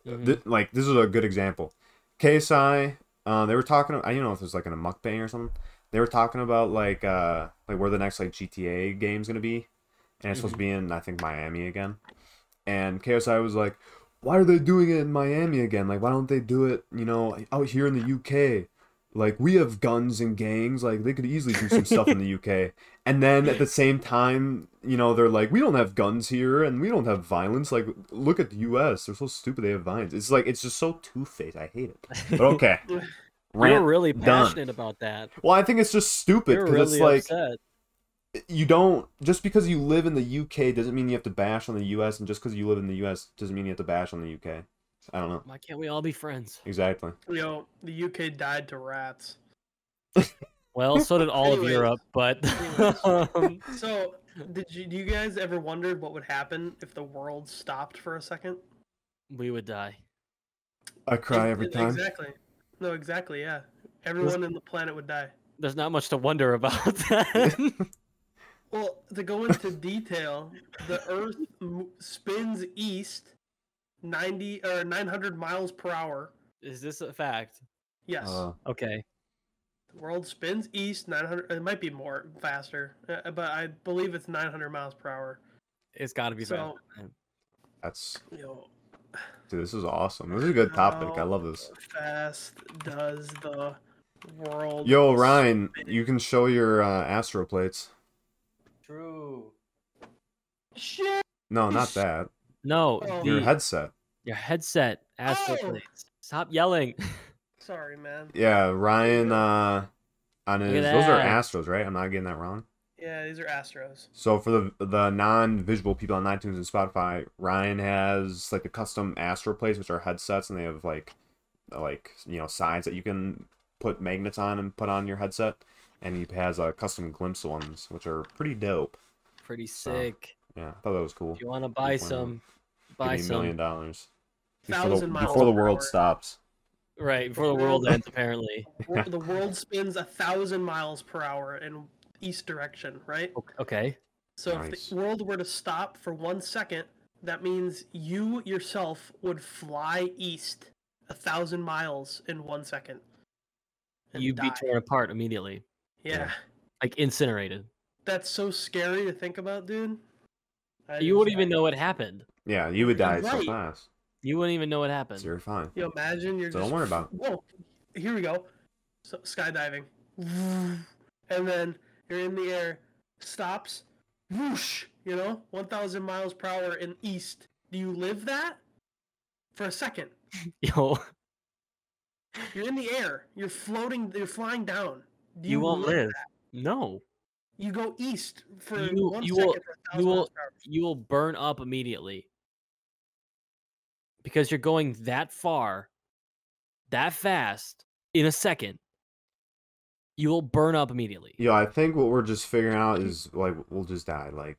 Speaker 1: Mhm.
Speaker 3: Thi- like this is a good example. KSI, uh, they were talking. I don't know if it was like in a mukbang or something. They were talking about like uh like where the next like GTA game's gonna be, and it's supposed to be in I think Miami again. And KSI was like, "Why are they doing it in Miami again? Like why don't they do it you know out here in the UK?" Like we have guns and gangs, like they could easily do some stuff in the
Speaker 1: *laughs*
Speaker 3: UK. And then at the same time, you know, they're like, we don't have guns here and we don't have violence. Like, look at the US. They're so stupid they have violence. It's like, it's just so two faced. I hate it. But okay.
Speaker 1: *laughs* You're
Speaker 3: Rant
Speaker 1: really
Speaker 3: done.
Speaker 1: passionate about that.
Speaker 3: Well, I think it's just stupid
Speaker 1: You're
Speaker 3: because
Speaker 1: really
Speaker 3: it's like,
Speaker 1: upset.
Speaker 3: you don't, just because you live in the UK doesn't mean you have to bash on the US. And just because you live in the US doesn't mean you have to bash on the UK. I don't know.
Speaker 1: Why can't we all be friends?
Speaker 3: Exactly.
Speaker 2: Yo, the UK died to rats.
Speaker 1: Well, so did all of
Speaker 2: Anyways.
Speaker 1: Europe, but
Speaker 2: Anyways.
Speaker 1: *laughs* um,
Speaker 2: So, did you, do you guys ever wonder what would happen if the world stopped for a second?
Speaker 1: we would die.
Speaker 3: I cry every
Speaker 2: Ex-
Speaker 3: time.
Speaker 2: Exactly. No, exactly. Yeah, everyone in the planet would die.
Speaker 1: There's not much to wonder about. *laughs* Then.
Speaker 2: Well, to go
Speaker 3: *laughs*
Speaker 2: into detail, the Earth m- spins east ninety or nine hundred miles per hour.
Speaker 1: Is this a fact?
Speaker 2: Yes,
Speaker 3: Uh,
Speaker 1: Okay.
Speaker 2: the world spins east nine hundred. It might be more faster, uh, but I believe it's nine hundred miles per hour.
Speaker 1: It's got to be
Speaker 2: So-
Speaker 1: fact.
Speaker 3: that's,
Speaker 2: You know,
Speaker 3: dude, this is awesome. This is a good topic. I love this.
Speaker 2: fast does the world?
Speaker 3: Yo, Ryan, you can show your uh, astro plates.
Speaker 1: True.
Speaker 2: Shit.
Speaker 3: No, not that.
Speaker 1: No,
Speaker 2: Oh.
Speaker 1: the,
Speaker 3: Your
Speaker 1: your,
Speaker 3: headset.
Speaker 1: headset. Astro
Speaker 2: Oh!
Speaker 1: plates. Stop yelling. *laughs*
Speaker 2: Sorry, man.
Speaker 3: Yeah, Ryan. Uh, on
Speaker 1: Look at
Speaker 3: his those are
Speaker 1: that.
Speaker 3: Astros, right? I'm not getting that wrong.
Speaker 2: Yeah, these are Astros.
Speaker 3: So for the the non-visual people on iTunes and Spotify, Ryan has like the custom Astro plates, which are headsets, and they have like like you know sides that you can put magnets on and put on your headset. And he has uh, custom glimpse ones, which are pretty dope.
Speaker 1: Pretty
Speaker 3: So,
Speaker 1: sick.
Speaker 3: Yeah, I thought that was cool.
Speaker 1: If you want to buy
Speaker 3: Good plan.
Speaker 1: some,
Speaker 3: Give me
Speaker 1: buy
Speaker 3: a million
Speaker 1: some.
Speaker 3: dollars before the,
Speaker 2: Thousand miles
Speaker 3: before the
Speaker 2: per
Speaker 3: world
Speaker 2: hour.
Speaker 3: stops.
Speaker 1: Right before the world ends, apparently.
Speaker 2: Wor-
Speaker 3: *laughs*
Speaker 2: the world spins a thousand miles per hour in east direction, right?
Speaker 1: O- Okay.
Speaker 2: So if
Speaker 3: Oh, Nice.
Speaker 2: the world were to stop for one second, that means you yourself would fly east a thousand miles in one second. and
Speaker 1: You'd be
Speaker 2: die.
Speaker 1: torn apart immediately,
Speaker 2: Yeah,
Speaker 3: Yeah.
Speaker 1: like incinerated.
Speaker 2: that's so scary to think about, dude. I
Speaker 1: You
Speaker 2: just-
Speaker 1: wouldn't even know what happened.
Speaker 3: Yeah, you would die so
Speaker 2: Right.
Speaker 3: fast.
Speaker 1: You wouldn't even know what happened.
Speaker 3: So you're fine.
Speaker 2: You imagine you're
Speaker 3: So
Speaker 2: just
Speaker 3: don't worry about it.
Speaker 2: whoa. Here we go. So, skydiving, *sighs* and then you're in the air. Stops. Whoosh. You know, 1,000 miles per hour in east. Do you live that for a second?
Speaker 1: *laughs* Yo,
Speaker 2: You're in the air. You're floating. You're flying down. Do
Speaker 1: you won't
Speaker 2: li-
Speaker 1: live. No,
Speaker 2: You go east for
Speaker 1: You-
Speaker 2: one
Speaker 1: you
Speaker 2: second
Speaker 1: will-
Speaker 2: for a
Speaker 1: you
Speaker 2: thousand
Speaker 1: will-
Speaker 2: miles per hour.
Speaker 1: you will burn up immediately because you're going that far, that fast in a second. You will burn up immediately.
Speaker 3: Yeah, I think what we're just figuring out is like we'll just die. Like,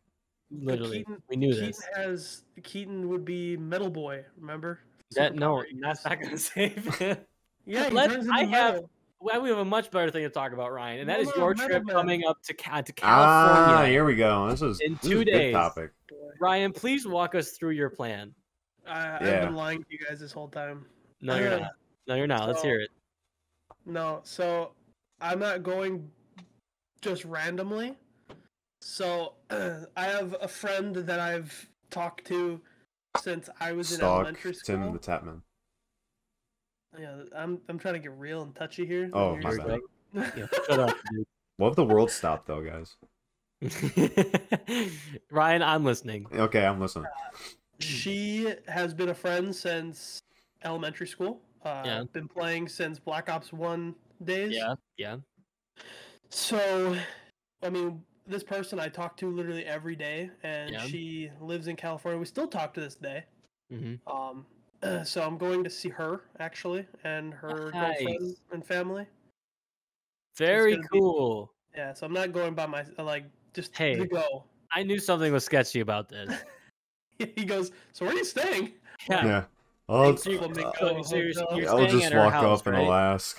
Speaker 2: But
Speaker 1: Literally,
Speaker 2: Keaton-
Speaker 1: we knew
Speaker 2: Keaton
Speaker 1: this.
Speaker 2: has Keaton would be Metal Boy. Remember?
Speaker 1: That no,
Speaker 2: Superpower he
Speaker 1: that's
Speaker 2: has.
Speaker 1: not gonna *laughs*
Speaker 2: *laughs*
Speaker 1: save. it.
Speaker 2: Yeah, he
Speaker 1: Let-
Speaker 2: turns into
Speaker 1: I have-
Speaker 2: metal.
Speaker 1: well, we have a much better thing to talk about, Ryan, and that
Speaker 2: No,
Speaker 1: is
Speaker 2: no,
Speaker 1: your
Speaker 2: Metal
Speaker 1: trip
Speaker 2: Man.
Speaker 1: coming up to Ca- to
Speaker 3: ah,
Speaker 1: California.
Speaker 3: here we go. This is
Speaker 1: In
Speaker 3: this is
Speaker 1: two
Speaker 3: a good
Speaker 1: days.
Speaker 3: topic.
Speaker 2: Boy.
Speaker 1: Ryan, please walk us through your plan.
Speaker 2: I, I've
Speaker 3: Yeah.
Speaker 2: been lying to you guys this whole time.
Speaker 1: No, you're
Speaker 2: Uh, *laughs*
Speaker 1: not. No, you're not. Let's
Speaker 2: so-
Speaker 1: hear it.
Speaker 2: No, so I'm not going just randomly. So *clears throat* I have a friend that I've talked to since I was in
Speaker 3: Stalk
Speaker 2: elementary school.
Speaker 3: Tim the Tapman.
Speaker 2: Yeah, I'm I'm trying to get real and touchy here. and
Speaker 3: Oh
Speaker 2: you're
Speaker 3: my
Speaker 2: just
Speaker 3: bad.
Speaker 1: like-
Speaker 2: like- *laughs*
Speaker 1: Yeah, shut up,
Speaker 3: What if the world stopped though, guys?
Speaker 1: dude. *laughs* Ryan, I'm listening. *laughs*
Speaker 3: Okay, I'm listening.
Speaker 2: she has been a friend since elementary school. Uh,
Speaker 1: Yeah.
Speaker 2: Been playing since Black Ops One days.
Speaker 1: Yeah, yeah.
Speaker 2: So, I mean, this person I talk to literally every day, and
Speaker 1: Yeah.
Speaker 2: she lives in California. We still talk to this day.
Speaker 1: hmm
Speaker 2: Um, *clears throat* so I'm going to see her actually, and her
Speaker 1: Nice.
Speaker 2: girlfriend and family.
Speaker 1: Very
Speaker 2: gonna be-
Speaker 1: cool.
Speaker 2: Yeah, so I'm not going by my uh, like just
Speaker 1: Hey.
Speaker 2: to go. *laughs*
Speaker 1: I knew something was sketchy about
Speaker 3: *laughs*
Speaker 1: this.
Speaker 2: he goes, so where are you staying?
Speaker 1: Yeah.
Speaker 3: Yeah. I'll,
Speaker 1: So you-
Speaker 2: Flamingo
Speaker 1: so- so you're-
Speaker 2: Hotel.
Speaker 1: you're
Speaker 3: I'll
Speaker 1: staying
Speaker 3: just
Speaker 1: at her
Speaker 3: walk
Speaker 1: house,
Speaker 3: up and
Speaker 1: right?
Speaker 3: I'll ask.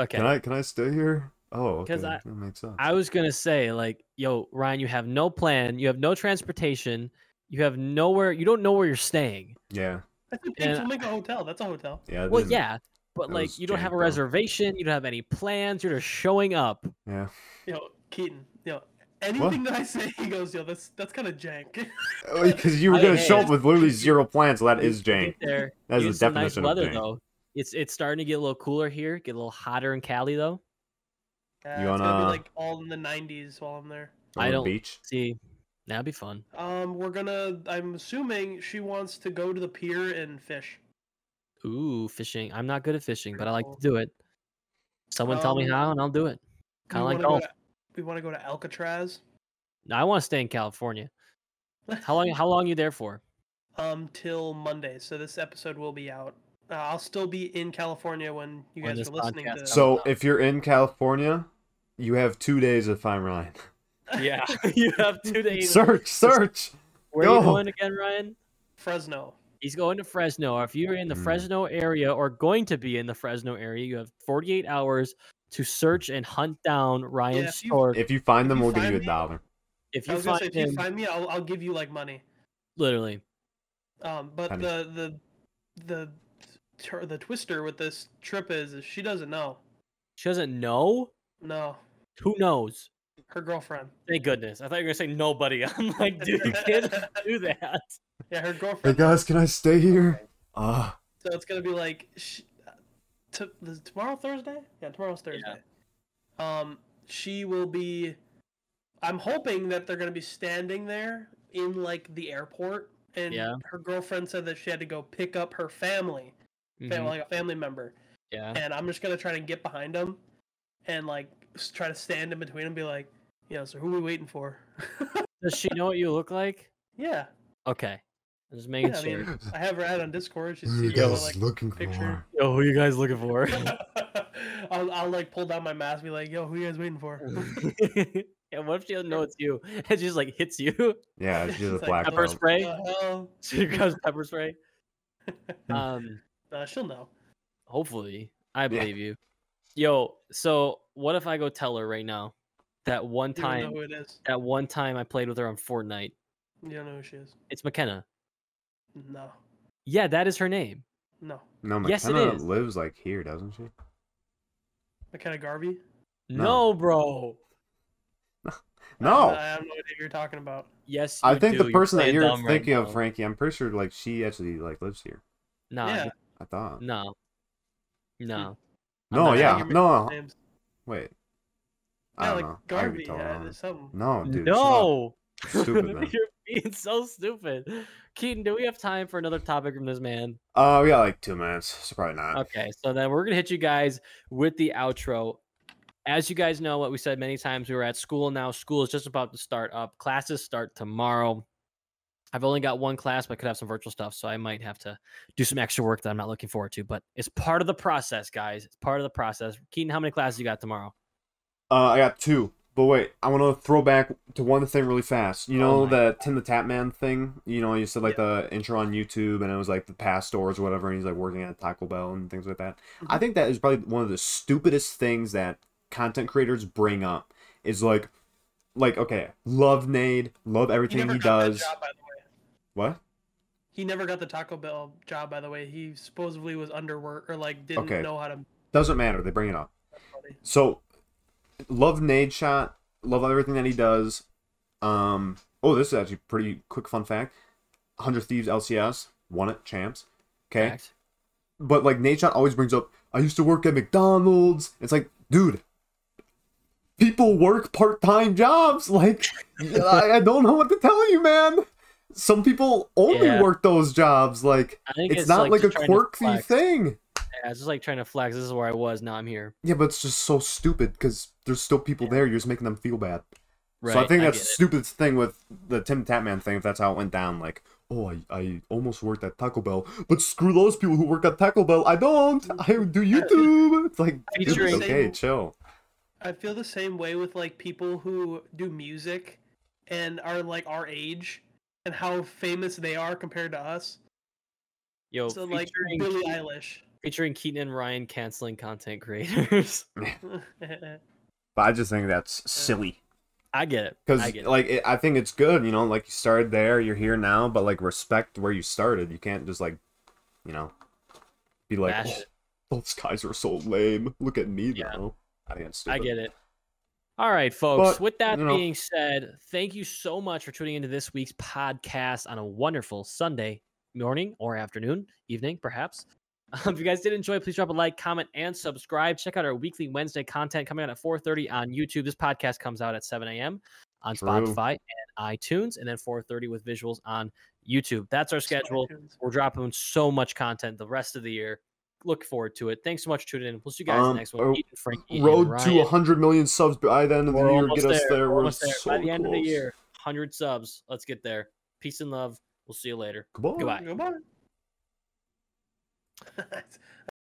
Speaker 1: Okay.
Speaker 3: Can I can I stay here? Oh,
Speaker 1: 'Cause
Speaker 3: okay.
Speaker 1: I-
Speaker 3: that makes sense.
Speaker 1: I was gonna say, like, yo, Ryan, you have no plan, you have no transportation, you have nowhere, you don't know where you're staying.
Speaker 3: yeah.
Speaker 2: That's a big
Speaker 1: And-
Speaker 2: Flamingo hotel. That's a hotel.
Speaker 3: Yeah. it
Speaker 1: Well,
Speaker 3: *laughs* is-
Speaker 1: yeah, but
Speaker 3: that
Speaker 1: like,
Speaker 3: was
Speaker 1: you don't have a
Speaker 3: janked up.
Speaker 1: reservation, you don't have any plans, you're just showing up.
Speaker 3: Yeah.
Speaker 2: You know, Keaton. You know, anything that I say, *laughs* he goes, yo, that's that's kind of jank. *laughs*
Speaker 3: Because you were
Speaker 1: I-
Speaker 3: gonna
Speaker 1: hey,
Speaker 3: show up with literally zero plans. So that
Speaker 1: You
Speaker 3: is
Speaker 1: get
Speaker 3: jank.
Speaker 1: There,
Speaker 3: That
Speaker 1: you
Speaker 3: is
Speaker 1: get some
Speaker 3: the definition
Speaker 1: nice weather
Speaker 3: of jank.
Speaker 1: though. It's it's starting to get a little cooler here, get a little hotter in Cali though.
Speaker 2: Yeah,
Speaker 3: You
Speaker 2: it's gonna
Speaker 3: wanna-
Speaker 2: be like all in the 90s while I'm there.
Speaker 3: On
Speaker 1: I
Speaker 3: the
Speaker 1: don't-
Speaker 3: beach.
Speaker 1: See, that'd be fun.
Speaker 2: Um, we're gonna. I'm assuming she wants to go to the pier and fish.
Speaker 1: Ooh, fishing. I'm not good at fishing, but I like to
Speaker 2: Cool.
Speaker 1: do it. Someone tell me
Speaker 2: Um,
Speaker 1: how, and I'll do it.
Speaker 2: We
Speaker 1: Kind of like
Speaker 2: wanna go
Speaker 1: golf.
Speaker 2: to- We want to go to Alcatraz.
Speaker 1: No, I want to stay in California. How long? How long you there for?
Speaker 2: um, till Monday. So this episode will be out. Uh, I'll still be in California when you
Speaker 1: When
Speaker 2: guys
Speaker 1: this
Speaker 2: are listening
Speaker 1: podcast
Speaker 2: to.
Speaker 1: comes
Speaker 3: So
Speaker 1: out.
Speaker 3: if you're in California, you have two days of Fine
Speaker 2: *laughs*
Speaker 3: Ryan.
Speaker 1: Yeah, *laughs* you have two days.
Speaker 3: Search, search.
Speaker 1: Where are you
Speaker 3: go.
Speaker 1: going again, Ryan?
Speaker 2: Fresno.
Speaker 1: He's going to Fresno. If you're in the
Speaker 3: Mm.
Speaker 1: Fresno area or going to be in the Fresno area, you have 48 hours to search and hunt down Ryan
Speaker 2: if you-
Speaker 1: Stork. If,
Speaker 3: If you find
Speaker 2: If
Speaker 3: them,
Speaker 2: you
Speaker 3: we'll give
Speaker 2: find
Speaker 3: you a
Speaker 2: me- I
Speaker 3: dollar.
Speaker 1: you
Speaker 2: was gonna
Speaker 1: find
Speaker 2: say if
Speaker 1: him,
Speaker 2: you find me, I'll, I'll give you like money.
Speaker 1: literally,
Speaker 2: Um, but
Speaker 3: Honey.
Speaker 2: the the the tur- the twister with this trip is, is she doesn't know.
Speaker 1: she doesn't know.
Speaker 2: No,
Speaker 1: Who knows?
Speaker 2: her girlfriend.
Speaker 1: Thank goodness. I thought you were gonna say nobody. *laughs* I'm like, dude, you can't
Speaker 2: *laughs*
Speaker 1: do that.
Speaker 2: Yeah, her
Speaker 3: Hey
Speaker 2: girlfriend.
Speaker 3: guys, can I stay here? Ah.
Speaker 2: So it's gonna be like sh t- is tomorrow Thursday. Yeah, tomorrow's Thursday. Um, she will be. I'm hoping that they're gonna be standing there in like the airport, and
Speaker 1: Yeah.
Speaker 2: her girlfriend said that she had to go pick up her family,
Speaker 1: Mhm,
Speaker 2: family like a family member,
Speaker 1: Yeah.
Speaker 2: and I'm just gonna try to get behind them, and like s- try to stand in between and be like, yeah, so who we waiting for? *laughs*
Speaker 1: Does she know what you look like?
Speaker 2: yeah,
Speaker 1: Okay. I'm just making
Speaker 2: Yeah, I
Speaker 1: sure.
Speaker 3: *laughs*
Speaker 2: mean- I have her ad on Discord. She's
Speaker 3: Who you
Speaker 2: seen her,
Speaker 3: guys
Speaker 2: like
Speaker 3: looking
Speaker 2: picture.
Speaker 1: Yo, who you guys looking *laughs* for?
Speaker 2: *laughs* I'll, I'll like pull down my mask, and be like, "Yo, who you guys waiting for?"
Speaker 1: and what if she doesn't know it's you? *laughs* And she just like hits you.
Speaker 2: *laughs*
Speaker 3: Yeah,
Speaker 2: She's
Speaker 3: she's a
Speaker 2: like,
Speaker 3: black
Speaker 1: Pepper
Speaker 3: belt.
Speaker 2: "What
Speaker 1: spray.
Speaker 2: *laughs* the hell?"
Speaker 1: She grabs pepper spray. Um,
Speaker 2: Uh, she'll know.
Speaker 1: hopefully, I believe you. Yo, so what if I go tell her right now? That one
Speaker 2: You don't
Speaker 1: time,
Speaker 2: know who it is.
Speaker 1: that one time I played with her on Fortnite.
Speaker 2: You don't know who she is.
Speaker 1: It's McKenna.
Speaker 2: No,
Speaker 1: Yeah, that is her name.
Speaker 2: no.
Speaker 3: No,
Speaker 1: Yes, it
Speaker 3: McKenna
Speaker 1: is.
Speaker 3: lives like here, doesn't she?
Speaker 2: Uh, McKenna Garvey.
Speaker 1: No,
Speaker 3: No.
Speaker 1: bro.
Speaker 3: No,
Speaker 2: I have no idea who you're talking about.
Speaker 1: Yes,
Speaker 3: I
Speaker 1: you
Speaker 3: think
Speaker 1: do.
Speaker 3: the person that
Speaker 1: playing
Speaker 3: you're
Speaker 1: dumb right
Speaker 3: thinking of,
Speaker 1: now.
Speaker 3: Frankie, I'm pretty sure like she actually like lives here.
Speaker 1: Nah,
Speaker 2: yeah,
Speaker 1: you-
Speaker 3: I thought.
Speaker 1: no, no. I'm
Speaker 3: No,
Speaker 1: not
Speaker 3: yeah,
Speaker 2: arguing with
Speaker 3: no.
Speaker 2: names.
Speaker 3: Wait, I
Speaker 2: Yeah,
Speaker 3: don't
Speaker 2: like
Speaker 3: know. I
Speaker 2: Garvey.
Speaker 3: already told
Speaker 2: Yeah,
Speaker 3: her.
Speaker 2: there's something.
Speaker 3: No, Oh, dude. shut up.
Speaker 1: no.
Speaker 3: Stupid,
Speaker 1: *laughs*
Speaker 3: man.
Speaker 1: You're being so stupid. Keaton, do we have time for another topic from this man?
Speaker 3: Uh, we got like two minutes. So probably not.
Speaker 1: Okay, so then we're gonna hit you guys with the outro. As you guys know, what we said many times, we were at school now. School is just about to start up. Classes start tomorrow. I've only got one class, but I could have some virtual stuff, so I might have to do some extra work that I'm not looking forward to. But it's part of the process, guys. It's part of the process. Keaton, how many classes you got tomorrow?
Speaker 3: Uh, I got two. But wait, I want to throw back to one thing really fast. You know
Speaker 1: Oh my
Speaker 3: the Tim the Tap Man thing? You know, you said like the intro on YouTube and it was like the past stores or whatever, and he's like working at Taco Bell and things like that.
Speaker 2: Mm-hmm.
Speaker 3: I think that is probably one of the stupidest things that content creators bring up is like, like okay, love Nade, love
Speaker 2: He
Speaker 3: everything
Speaker 2: never
Speaker 3: he
Speaker 2: got that
Speaker 3: does.
Speaker 2: job, by the way.
Speaker 3: What?
Speaker 2: He never got the Taco Bell job, by the way. He supposedly was underworked or like didn't
Speaker 3: Okay.
Speaker 2: know how to.
Speaker 3: Doesn't matter. They bring it up. So, love Nade shot. Love everything that he does. Um. Oh, this is actually pretty quick. Fun fact: Hundred Thieves LCS won it, champs. Okay,
Speaker 1: Max?
Speaker 3: but like Nade shot always brings up, I used to work at McDonald's. It's like, dude, people work part time jobs. *laughs* Like, I, I don't know what to tell you, man. Some people only
Speaker 1: Yeah.
Speaker 3: work those jobs. Like,
Speaker 1: I think
Speaker 3: it's, not like
Speaker 1: just
Speaker 3: a
Speaker 1: trying to
Speaker 3: quirky
Speaker 1: flex.
Speaker 3: thing.
Speaker 1: I was just like trying to flex. This is where I was. Now I'm here.
Speaker 3: Yeah, but it's just so stupid because there's still people there. You're just making them feel bad.
Speaker 1: Right.
Speaker 3: so I think that's
Speaker 1: get
Speaker 3: the
Speaker 1: it.
Speaker 3: stupidest thing with the Tim Tatman thing. If that's how it went down, like, oh, I, I almost worked at Taco Bell, but screw those people who work at Taco Bell. I don't.
Speaker 1: *laughs*
Speaker 3: I do YouTube. It's like, dude, it's
Speaker 1: Featuring-
Speaker 3: okay, chill.
Speaker 2: I feel the same way with like people who do music and are like our age and how famous they are compared to us.
Speaker 1: Yo,
Speaker 2: so like
Speaker 1: featuring,
Speaker 2: Billie
Speaker 1: Ke-
Speaker 2: Eilish. *laughs*
Speaker 1: featuring Keaton and Ryan canceling content creators. *laughs*
Speaker 3: But I just think that's silly.
Speaker 1: I get it. I
Speaker 3: Because
Speaker 1: get it.
Speaker 3: like it, I think it's good, you know, like you started there, you're here now, but like respect where you started. You can't just like, you know, be like,
Speaker 1: Bash
Speaker 3: oh,
Speaker 1: it.
Speaker 3: those guys are so lame. Look at me
Speaker 1: Yeah.
Speaker 3: now. I think it's
Speaker 1: I
Speaker 3: stupid.
Speaker 1: get it. All right, folks.
Speaker 3: But,
Speaker 1: with that
Speaker 3: you know-
Speaker 1: being said, thank you so much for tuning into this week's podcast on a wonderful Sunday morning or afternoon, evening, perhaps. *laughs* Um, if you guys did enjoy, please drop a like, comment, and subscribe. Check out our weekly Wednesday content coming out at 4:30 on YouTube. This podcast comes out at 7 a.m. on
Speaker 3: True.
Speaker 1: Spotify and iTunes, and then 4:30 with visuals on YouTube. That's our schedule. We're dropping so much content the rest of the year. Look forward to it. Thanks so much for tuning in. We'll see you guys
Speaker 3: Um,
Speaker 1: next
Speaker 3: uh,
Speaker 1: one. Ethan, Frankie, and
Speaker 3: Road to
Speaker 1: Ryan.
Speaker 3: 100 million subs by the end of the
Speaker 1: We're
Speaker 3: year.
Speaker 1: almost
Speaker 3: Get us there. We're
Speaker 1: almost there.
Speaker 3: so
Speaker 1: By the end of
Speaker 3: close.
Speaker 1: the year, 100 subs. Let's get there. Peace and love. We'll see you later.
Speaker 3: Goodbye.
Speaker 1: Goodbye.
Speaker 2: Goodbye.